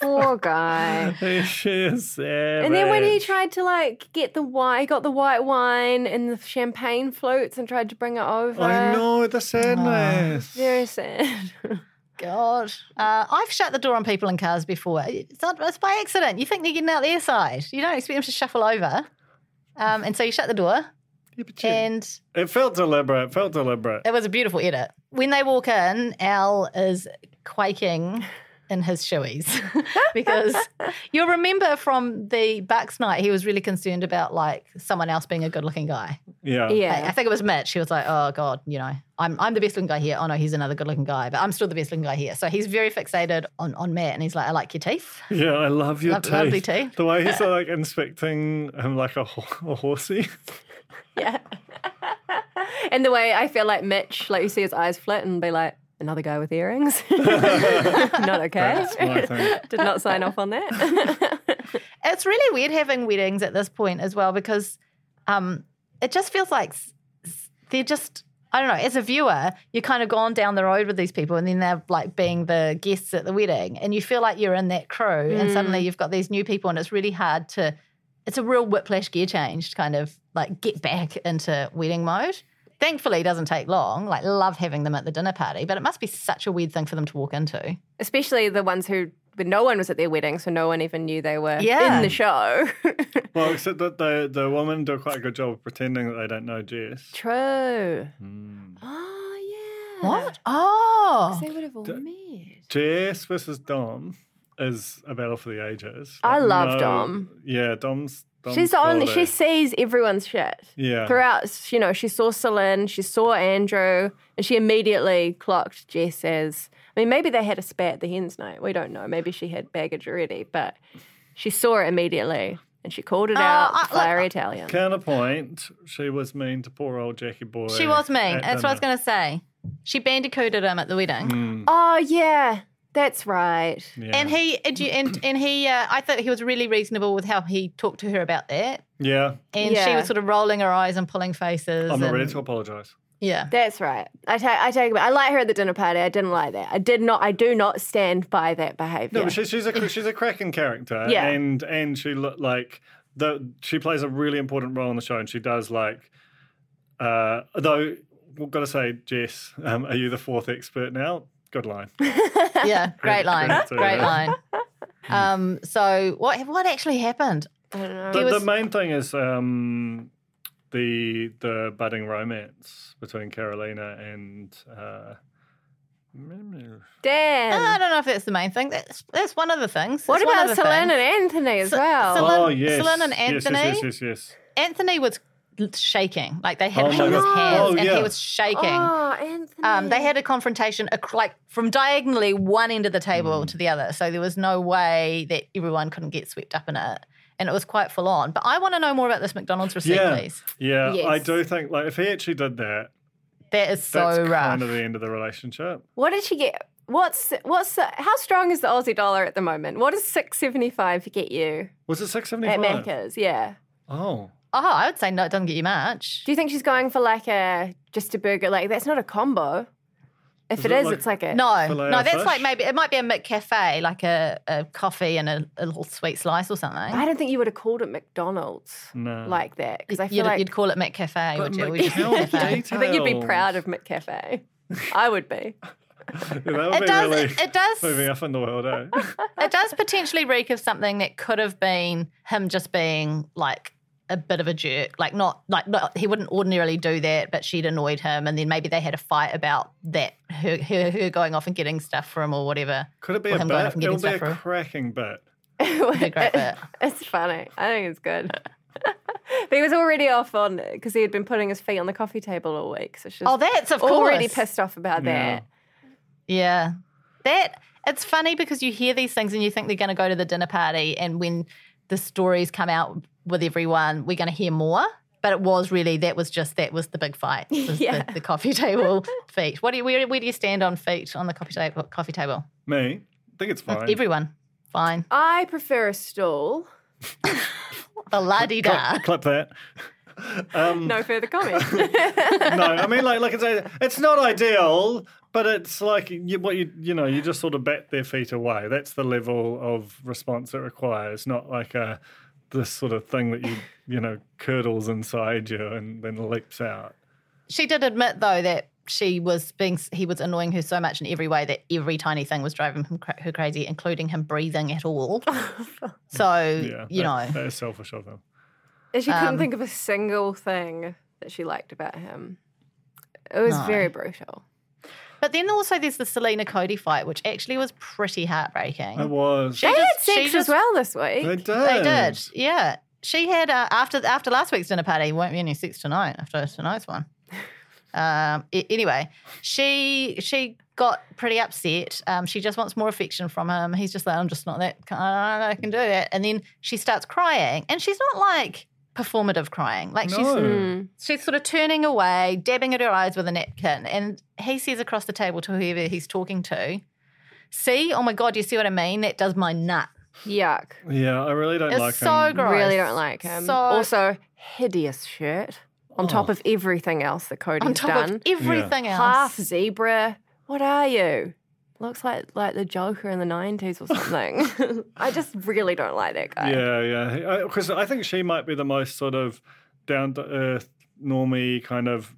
[SPEAKER 4] Poor guy.
[SPEAKER 3] she is savage.
[SPEAKER 4] And then when he tried to like get the wine, he got the white wine and the champagne floats and tried to bring it over.
[SPEAKER 3] I know the sadness.
[SPEAKER 4] Very sad.
[SPEAKER 2] God, uh, I've shut the door on people in cars before. It's, not, it's by accident. You think they're getting out their side. You don't expect them to shuffle over, um, and so you shut the door.
[SPEAKER 3] Yeah, but you-
[SPEAKER 2] And
[SPEAKER 3] it felt deliberate. It felt deliberate.
[SPEAKER 2] it was a beautiful edit. When they walk in, Al is quaking in his shoeys because you'll remember from the Bucks night, he was really concerned about like someone else being a good-looking guy.
[SPEAKER 3] Yeah.
[SPEAKER 2] I, I think it was Mitch. He was like, "Oh God, you know, I'm I'm the best looking guy here. Oh no, he's another good looking guy, but I'm still the best looking guy here." So he's very fixated on on Matt, and he's like, "I like your teeth."
[SPEAKER 3] Yeah, I love your
[SPEAKER 2] Lo-
[SPEAKER 3] teeth.
[SPEAKER 2] lovely teeth.
[SPEAKER 3] The way he's like inspecting him like a, ho- a horsey.
[SPEAKER 4] Yeah. and the way I feel like Mitch, like you see his eyes flit and be like, another guy with earrings. not okay.
[SPEAKER 3] That's my thing.
[SPEAKER 4] Did not sign off on that.
[SPEAKER 2] It's really weird having weddings at this point as well because um, it just feels like s- s- they're just. I don't know. As a viewer, you're kind of gone down the road with these people, and then they're like being the guests at the wedding, and you feel like you're in that crew, and suddenly you've got these new people, and it's really hard to. It's a real whiplash gear change, to kind of like get back into wedding mode. Thankfully, it doesn't take long. Like, love having them at the dinner party, but it must be such a weird thing for them to walk into.
[SPEAKER 4] Especially the ones who, but no one was at their wedding, so no one even knew they were
[SPEAKER 2] Yeah.
[SPEAKER 4] in the show.
[SPEAKER 3] Well, except that the the woman did quite a good job of pretending that they don't know Jess.
[SPEAKER 4] True. Oh, yeah.
[SPEAKER 2] What? Oh,
[SPEAKER 4] They would have all met.
[SPEAKER 3] Jess versus Dom is a battle for the ages.
[SPEAKER 4] I
[SPEAKER 3] Like,
[SPEAKER 4] love Dom.
[SPEAKER 3] Yeah, Dom's. Dom's
[SPEAKER 4] She's the only.
[SPEAKER 3] quality.
[SPEAKER 4] She sees everyone's shit.
[SPEAKER 3] Yeah.
[SPEAKER 4] Throughout, you know, she saw Celine, she saw Andrew, and she immediately clocked Jess as. I mean, maybe they had a spat the hen's night. We don't know. Maybe she had baggage already, but she saw it immediately and she called it out.
[SPEAKER 2] I-
[SPEAKER 4] the Fiery Italian.
[SPEAKER 3] Counterpoint, she was mean to poor old Jackie Boy.
[SPEAKER 2] She was mean.
[SPEAKER 3] at
[SPEAKER 2] That's what I was
[SPEAKER 3] dinner.
[SPEAKER 2] going to say. She bandicooted him at the wedding,
[SPEAKER 4] oh yeah, that's right.
[SPEAKER 3] Mm, Yeah.
[SPEAKER 2] and he and, you- and, and he. Uh, I thought he was really reasonable with how he talked to her about that,
[SPEAKER 3] yeah.
[SPEAKER 2] and she
[SPEAKER 4] Yeah.
[SPEAKER 2] was sort of rolling her eyes and pulling faces.
[SPEAKER 3] I'm not
[SPEAKER 2] and-
[SPEAKER 3] ready to apologise.
[SPEAKER 2] Yeah,
[SPEAKER 4] That's right. I take. I take. it back. I like her at the dinner party. I didn't like that. I did not. I do not stand by that behavior.
[SPEAKER 3] No, but she, she's a cr- she's a cracking character.
[SPEAKER 4] Yeah.
[SPEAKER 3] And and she look like the she plays a really important role in the show, and she does like. Uh, though, we've got to say, Jess, um, are you the fourth expert now? Good line.
[SPEAKER 2] yeah, great line,
[SPEAKER 3] great,
[SPEAKER 2] great
[SPEAKER 3] yeah.
[SPEAKER 2] line.
[SPEAKER 3] Hmm.
[SPEAKER 2] Um, so what what actually happened?
[SPEAKER 4] I don't know.
[SPEAKER 3] The,
[SPEAKER 2] There was-
[SPEAKER 3] the main thing is um, the the budding romance between Carolina and. Uh,
[SPEAKER 4] Damn.
[SPEAKER 2] I don't know if that's the main thing. That's that's one of the things.
[SPEAKER 4] what
[SPEAKER 2] It's one
[SPEAKER 4] about
[SPEAKER 2] of the
[SPEAKER 4] Celine
[SPEAKER 2] things.
[SPEAKER 4] and Anthony as
[SPEAKER 2] Ce-
[SPEAKER 4] well?
[SPEAKER 2] Celine-
[SPEAKER 3] oh yes,
[SPEAKER 2] Celine and
[SPEAKER 3] Yes, yes,
[SPEAKER 2] Anthony?
[SPEAKER 3] yes, yes, yes.
[SPEAKER 2] Anthony was shaking. Like they had
[SPEAKER 3] Oh
[SPEAKER 2] him
[SPEAKER 3] my
[SPEAKER 2] in his
[SPEAKER 3] God.
[SPEAKER 2] hands,
[SPEAKER 3] Oh,
[SPEAKER 2] and
[SPEAKER 3] yeah.
[SPEAKER 2] he was shaking.
[SPEAKER 4] Oh, Anthony.
[SPEAKER 2] Um, they had a confrontation, ac- like from diagonally one end of the table
[SPEAKER 3] Mm.
[SPEAKER 2] to the other. So there was no way that everyone couldn't get swept up in it. And it was quite full on. But I want to know more about this McDonald's receipt,
[SPEAKER 3] yeah,
[SPEAKER 2] please.
[SPEAKER 3] yeah. I
[SPEAKER 4] Yes.
[SPEAKER 3] do think like if he actually did that,
[SPEAKER 2] That is so
[SPEAKER 3] that's
[SPEAKER 2] rough.
[SPEAKER 3] kind of the end of the relationship.
[SPEAKER 4] What did she get? What's what's the, how strong is the Aussie dollar at the moment? What does six seventy five get you
[SPEAKER 3] Was it six seventy
[SPEAKER 4] at
[SPEAKER 3] five?
[SPEAKER 4] Macca's? Yeah.
[SPEAKER 3] Oh,
[SPEAKER 2] oh, I would say no, it doesn't get you much.
[SPEAKER 4] Do you think she's going for like a just a burger? Like that's not a combo. If
[SPEAKER 3] Is
[SPEAKER 4] it
[SPEAKER 3] it
[SPEAKER 4] is,
[SPEAKER 3] like-
[SPEAKER 4] it's like a
[SPEAKER 2] No,
[SPEAKER 3] Filet
[SPEAKER 2] no,
[SPEAKER 3] of
[SPEAKER 2] that's
[SPEAKER 3] fish?
[SPEAKER 2] like maybe it might be a McCafe, like a, a coffee and a, a little sweet slice or something.
[SPEAKER 4] I don't think you would have called it McDonald's
[SPEAKER 3] No.
[SPEAKER 4] like that because I feel
[SPEAKER 2] You'd,
[SPEAKER 4] like
[SPEAKER 2] you'd call it McCafe, would you?
[SPEAKER 3] Mc-
[SPEAKER 2] We just
[SPEAKER 3] how
[SPEAKER 2] call it McCafe.
[SPEAKER 4] I think you'd be
[SPEAKER 3] detailed.
[SPEAKER 4] proud of McCafe. I would be.
[SPEAKER 3] Yeah, that would
[SPEAKER 2] It
[SPEAKER 3] be
[SPEAKER 2] does.
[SPEAKER 3] really
[SPEAKER 2] It does.
[SPEAKER 3] moving up in the world, eh?
[SPEAKER 2] it does potentially reek of something that could have been him just being like a bit of a jerk like not like not, he wouldn't ordinarily do that but she'd annoyed him and then maybe they had a fight about that her, her, her going off and getting stuff for him or whatever
[SPEAKER 3] Could it be
[SPEAKER 2] Or
[SPEAKER 3] a
[SPEAKER 2] him going off
[SPEAKER 3] bit?
[SPEAKER 2] and getting
[SPEAKER 3] It'll be a
[SPEAKER 2] stuff for him.
[SPEAKER 3] cracking bit.
[SPEAKER 2] a great bit.
[SPEAKER 4] It's funny. I think it's good. but he was already off on because he had been putting his feet on the coffee table all week. So she's
[SPEAKER 2] oh that's of
[SPEAKER 4] already
[SPEAKER 2] course
[SPEAKER 4] pissed off about
[SPEAKER 3] Yeah.
[SPEAKER 4] that.
[SPEAKER 2] yeah that it's funny because you hear these things and you think they're going to go to the dinner party and when the stories come out with everyone we're going to hear more but it was really that was just that was the big fight was
[SPEAKER 4] Yeah.
[SPEAKER 2] the, the coffee table feet what do you where, where do you stand on feet on the coffee table coffee table
[SPEAKER 3] Me, I think it's fine.
[SPEAKER 2] everyone fine
[SPEAKER 4] I prefer a stool.
[SPEAKER 2] the la di da
[SPEAKER 3] clip, clip that. Um,
[SPEAKER 4] No further comment.
[SPEAKER 3] no, I mean like like it's a, it's not ideal, but it's like you, what you you know you just sort of bat their feet away. That's the level of response it requires. Not like a this sort of thing that you you know curdles inside you and then leaps out.
[SPEAKER 2] she did admit though that she was being he was annoying her so much in every way that every tiny thing was driving him, cra- her crazy including him breathing at all so
[SPEAKER 3] Yeah,
[SPEAKER 2] you know
[SPEAKER 3] that, that is selfish of them.
[SPEAKER 4] And she couldn't
[SPEAKER 2] Um,
[SPEAKER 4] think of a single thing that she liked about him. It was
[SPEAKER 2] No.
[SPEAKER 4] very brutal.
[SPEAKER 2] But then also there's the Selena Cody fight, which actually was pretty heartbreaking.
[SPEAKER 3] It was.
[SPEAKER 4] They had
[SPEAKER 2] just- she
[SPEAKER 4] sex as
[SPEAKER 2] just-
[SPEAKER 4] well this week.
[SPEAKER 3] They did.
[SPEAKER 2] They did, yeah. She had uh, after after last week's dinner party. Won't be any sex tonight after tonight's one. Um, a- anyway, she she got pretty upset. Um, she just wants more affection from him. He's just like, I'm just not that. I don't know that I can do that. And then she starts crying, and she's not like performative crying. Like she's
[SPEAKER 3] No.
[SPEAKER 4] Mm.
[SPEAKER 2] she's sort of turning away, dabbing at her eyes with a napkin, and he says across the table to whoever he's talking to, "See, oh my god, you see what I mean? That does my nut."
[SPEAKER 4] Yuck.
[SPEAKER 3] Yeah, I really don't
[SPEAKER 2] It's
[SPEAKER 3] like
[SPEAKER 2] so
[SPEAKER 3] him.
[SPEAKER 2] gross.
[SPEAKER 4] Really don't like him.
[SPEAKER 2] So-
[SPEAKER 4] also, hideous shirt on top
[SPEAKER 3] Oh.
[SPEAKER 4] of everything else that Cody's
[SPEAKER 2] On top
[SPEAKER 4] done.
[SPEAKER 2] of everything
[SPEAKER 4] Half
[SPEAKER 2] else,
[SPEAKER 4] zebra. What are you? Looks like like the Joker in the nineties or something. I just really don't like that guy.
[SPEAKER 3] Yeah, yeah. Because I think she might be the most sort of down to earth, normie kind of.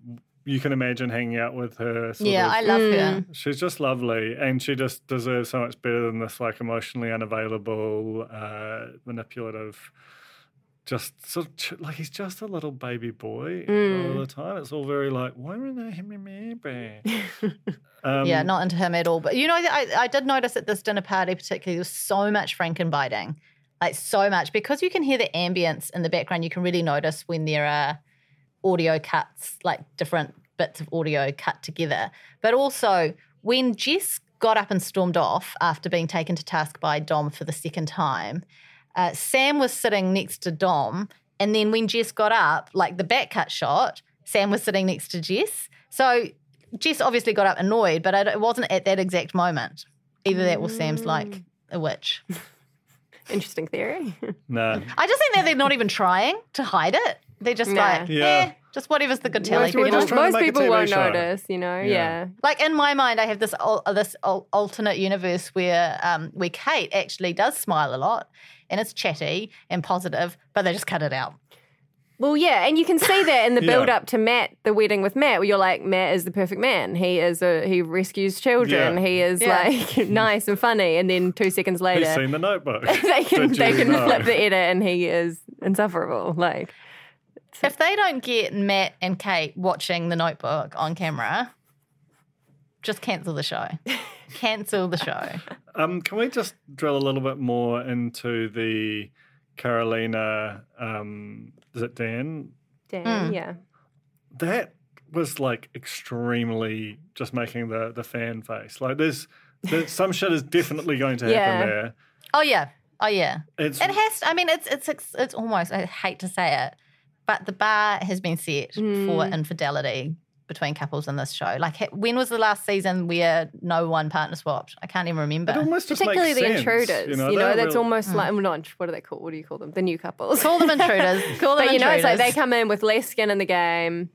[SPEAKER 3] You can imagine hanging out with her. Sort
[SPEAKER 2] yeah,
[SPEAKER 3] of-
[SPEAKER 2] I love
[SPEAKER 4] Mm.
[SPEAKER 2] her.
[SPEAKER 3] She's just lovely, and she just deserves so much better than this, like emotionally unavailable, uh, manipulative. Just sort of ch- like he's just a little baby boy
[SPEAKER 2] Mm.
[SPEAKER 3] all the time. It's all very like, why don't I have a baby? um,
[SPEAKER 2] yeah, not into him at all. But you know, I, I did notice at this dinner party, particularly, there was so much Frankenbiting, like so much, because you can hear the ambience in the background. You can really notice when there are audio cuts, like different bits of audio cut together. But also, when Jess got up and stormed off after being taken to task by Dom for the second time, uh, Sam was sitting next to Dom. And then when Jess got up, like the back cut shot, Sam was sitting next to Jess. So Jess obviously got up annoyed, but I don't- it wasn't at that exact moment. Either that or Sam's like a witch.
[SPEAKER 4] Interesting theory.
[SPEAKER 3] Nah.
[SPEAKER 2] I just think that they're not even trying to hide it. They're just
[SPEAKER 4] Nah.
[SPEAKER 2] like,
[SPEAKER 3] Yeah.
[SPEAKER 2] yeah. just whatever's the good telly.
[SPEAKER 4] most
[SPEAKER 3] we're
[SPEAKER 2] you know?
[SPEAKER 3] just trying to
[SPEAKER 4] most
[SPEAKER 3] make a
[SPEAKER 4] people
[SPEAKER 3] TV
[SPEAKER 4] won't
[SPEAKER 3] show.
[SPEAKER 4] notice, you know.
[SPEAKER 3] Yeah.
[SPEAKER 4] Yeah.
[SPEAKER 2] Like in my mind, I have this al- uh, this al- alternate universe where um, where Kate actually does smile a lot, and it's chatty and positive, but they just cut it out.
[SPEAKER 4] Well, yeah, and you can see that in the
[SPEAKER 3] Yeah.
[SPEAKER 4] build up to Matt, the wedding with Matt, where you're like, Matt is the perfect man. He is a he rescues children.
[SPEAKER 3] Yeah.
[SPEAKER 4] He is
[SPEAKER 2] Yeah.
[SPEAKER 4] like nice and funny, and then two seconds
[SPEAKER 3] He's
[SPEAKER 4] later,
[SPEAKER 3] seen the notebook.
[SPEAKER 4] they can
[SPEAKER 3] Did
[SPEAKER 4] they
[SPEAKER 3] you
[SPEAKER 4] can
[SPEAKER 3] know?
[SPEAKER 4] flip the edit, and he is insufferable. Like
[SPEAKER 2] If they don't get Matt and Kate watching The Notebook on camera, just cancel the show. cancel the show.
[SPEAKER 3] Um, can we just drill a little bit more into the Carolina? Um, is it Dan
[SPEAKER 4] Dan, Mm. yeah.
[SPEAKER 3] that was like extremely just making the the fan face. Like there's, there's some shit is definitely going to happen
[SPEAKER 4] Yeah.
[SPEAKER 3] there.
[SPEAKER 2] Oh yeah. Oh yeah.
[SPEAKER 3] It's
[SPEAKER 2] It has. I mean, it's it's it's, it's almost. I hate to say it, but the bar has been set for
[SPEAKER 4] Mm.
[SPEAKER 2] infidelity between couples in this show. Like, ha- when was the last season where no one partner swapped? I can't even remember.
[SPEAKER 3] it almost just
[SPEAKER 4] Particularly
[SPEAKER 3] makes
[SPEAKER 4] the
[SPEAKER 3] sense,
[SPEAKER 4] intruders. You know,
[SPEAKER 3] they're
[SPEAKER 4] that's
[SPEAKER 3] real-
[SPEAKER 4] almost like well, not, what do they call what do you call them? The new couples.
[SPEAKER 2] Mm. Call them intruders. Call them
[SPEAKER 4] but you know, it's like they
[SPEAKER 2] intruders.
[SPEAKER 4] come in with less skin in the game.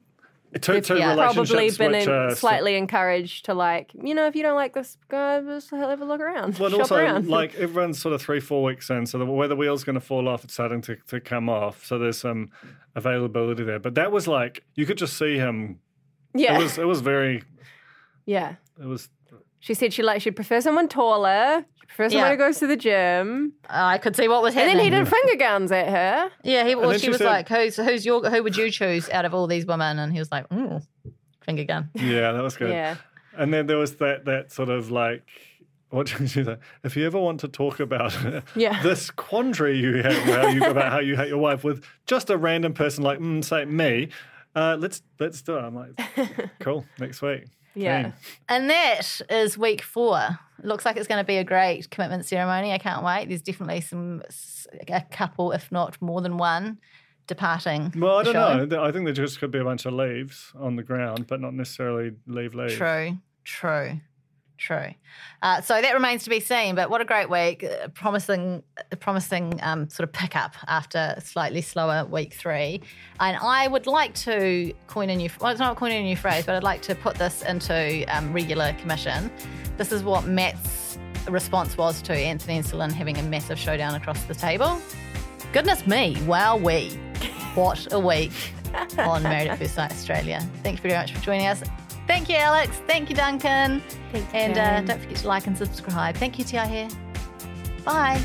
[SPEAKER 3] two, two
[SPEAKER 2] yeah.
[SPEAKER 3] relationships
[SPEAKER 4] Probably been
[SPEAKER 3] which
[SPEAKER 4] in,
[SPEAKER 3] are
[SPEAKER 4] slightly encouraged to like, you know, if you don't like this guy, just have a look around.
[SPEAKER 3] Well, and
[SPEAKER 4] shop
[SPEAKER 3] also,
[SPEAKER 4] around.
[SPEAKER 3] like everyone's sort of three, four weeks in, so the, where the wheel's going to fall off, it's starting to, to come off. So there's some availability there. But that was like you could just see him.
[SPEAKER 4] yeah,
[SPEAKER 3] It was it was very
[SPEAKER 4] yeah.
[SPEAKER 3] it was
[SPEAKER 4] She said she like she'd prefer someone taller. She prefer someone
[SPEAKER 2] Yeah.
[SPEAKER 4] who goes to the gym.
[SPEAKER 2] Oh, I could see what was
[SPEAKER 4] And
[SPEAKER 2] happening.
[SPEAKER 4] then he did finger guns at her.
[SPEAKER 2] Yeah, he, well,
[SPEAKER 3] then
[SPEAKER 2] she,
[SPEAKER 3] she
[SPEAKER 2] was
[SPEAKER 3] said-
[SPEAKER 2] like, "Who's who's your who would you choose out of all these women?" And he was like, "Ooh, finger gun."
[SPEAKER 3] yeah, that was good.
[SPEAKER 4] Yeah.
[SPEAKER 3] And then there was that that sort of like what did you say? If you ever want to talk about
[SPEAKER 4] Yeah.
[SPEAKER 3] this quandary you have how you, about how you hate your wife with just a random person like mm, say me, uh, let's let's do it. I'm like, cool, next week.
[SPEAKER 4] Yeah.
[SPEAKER 3] Keen.
[SPEAKER 2] And that is week four. Looks like it's going to be a great commitment ceremony. I can't wait. There's definitely some a couple, if not more than one, departing.
[SPEAKER 3] Well, I
[SPEAKER 2] the
[SPEAKER 3] don't
[SPEAKER 2] show.
[SPEAKER 3] know. Th- I think there just could be a bunch of leaves on the ground, but not necessarily leave leaves.
[SPEAKER 2] True, true, true. Uh, so that remains to be seen. But what a great week! Uh, promising, promising um, sort of pickup after slightly slower week three. And I would like to coin a new. Well, it's not coin a new phrase, but I'd like to put this into um, regular commission. This is what Matt's response was to Anthony and Celine having a massive showdown across the table. Goodness me! Wow, we. What a week on Oh, Married at First Sight Australia. Thank you very much for joining us. Thank you, Alex. Thank you, Duncan. and uh, don't forget to like and subscribe. Thank you, Tia here. Bye.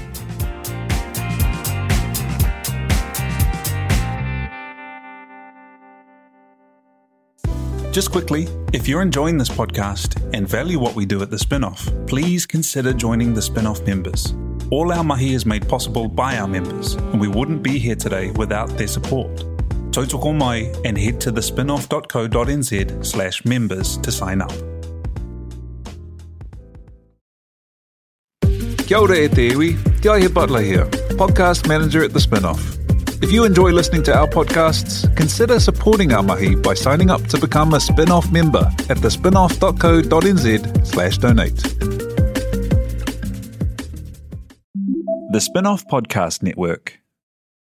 [SPEAKER 7] Just quickly, if you're enjoying this podcast and value what we do at the spin-off, please consider joining the spin-off members. All our mahi is made possible by our members, and we wouldn't be here today without their support. So to call mai and head to the spinoff.co.nz slash members to sign up. Kia ora e te iwi, Te Aihe Butler here, podcast manager at The Spinoff. If you enjoy listening to our podcasts, consider supporting our mahi by signing up to become a spin-off member at thespinoff.co.nz slash donate. The Spinoff Podcast Network.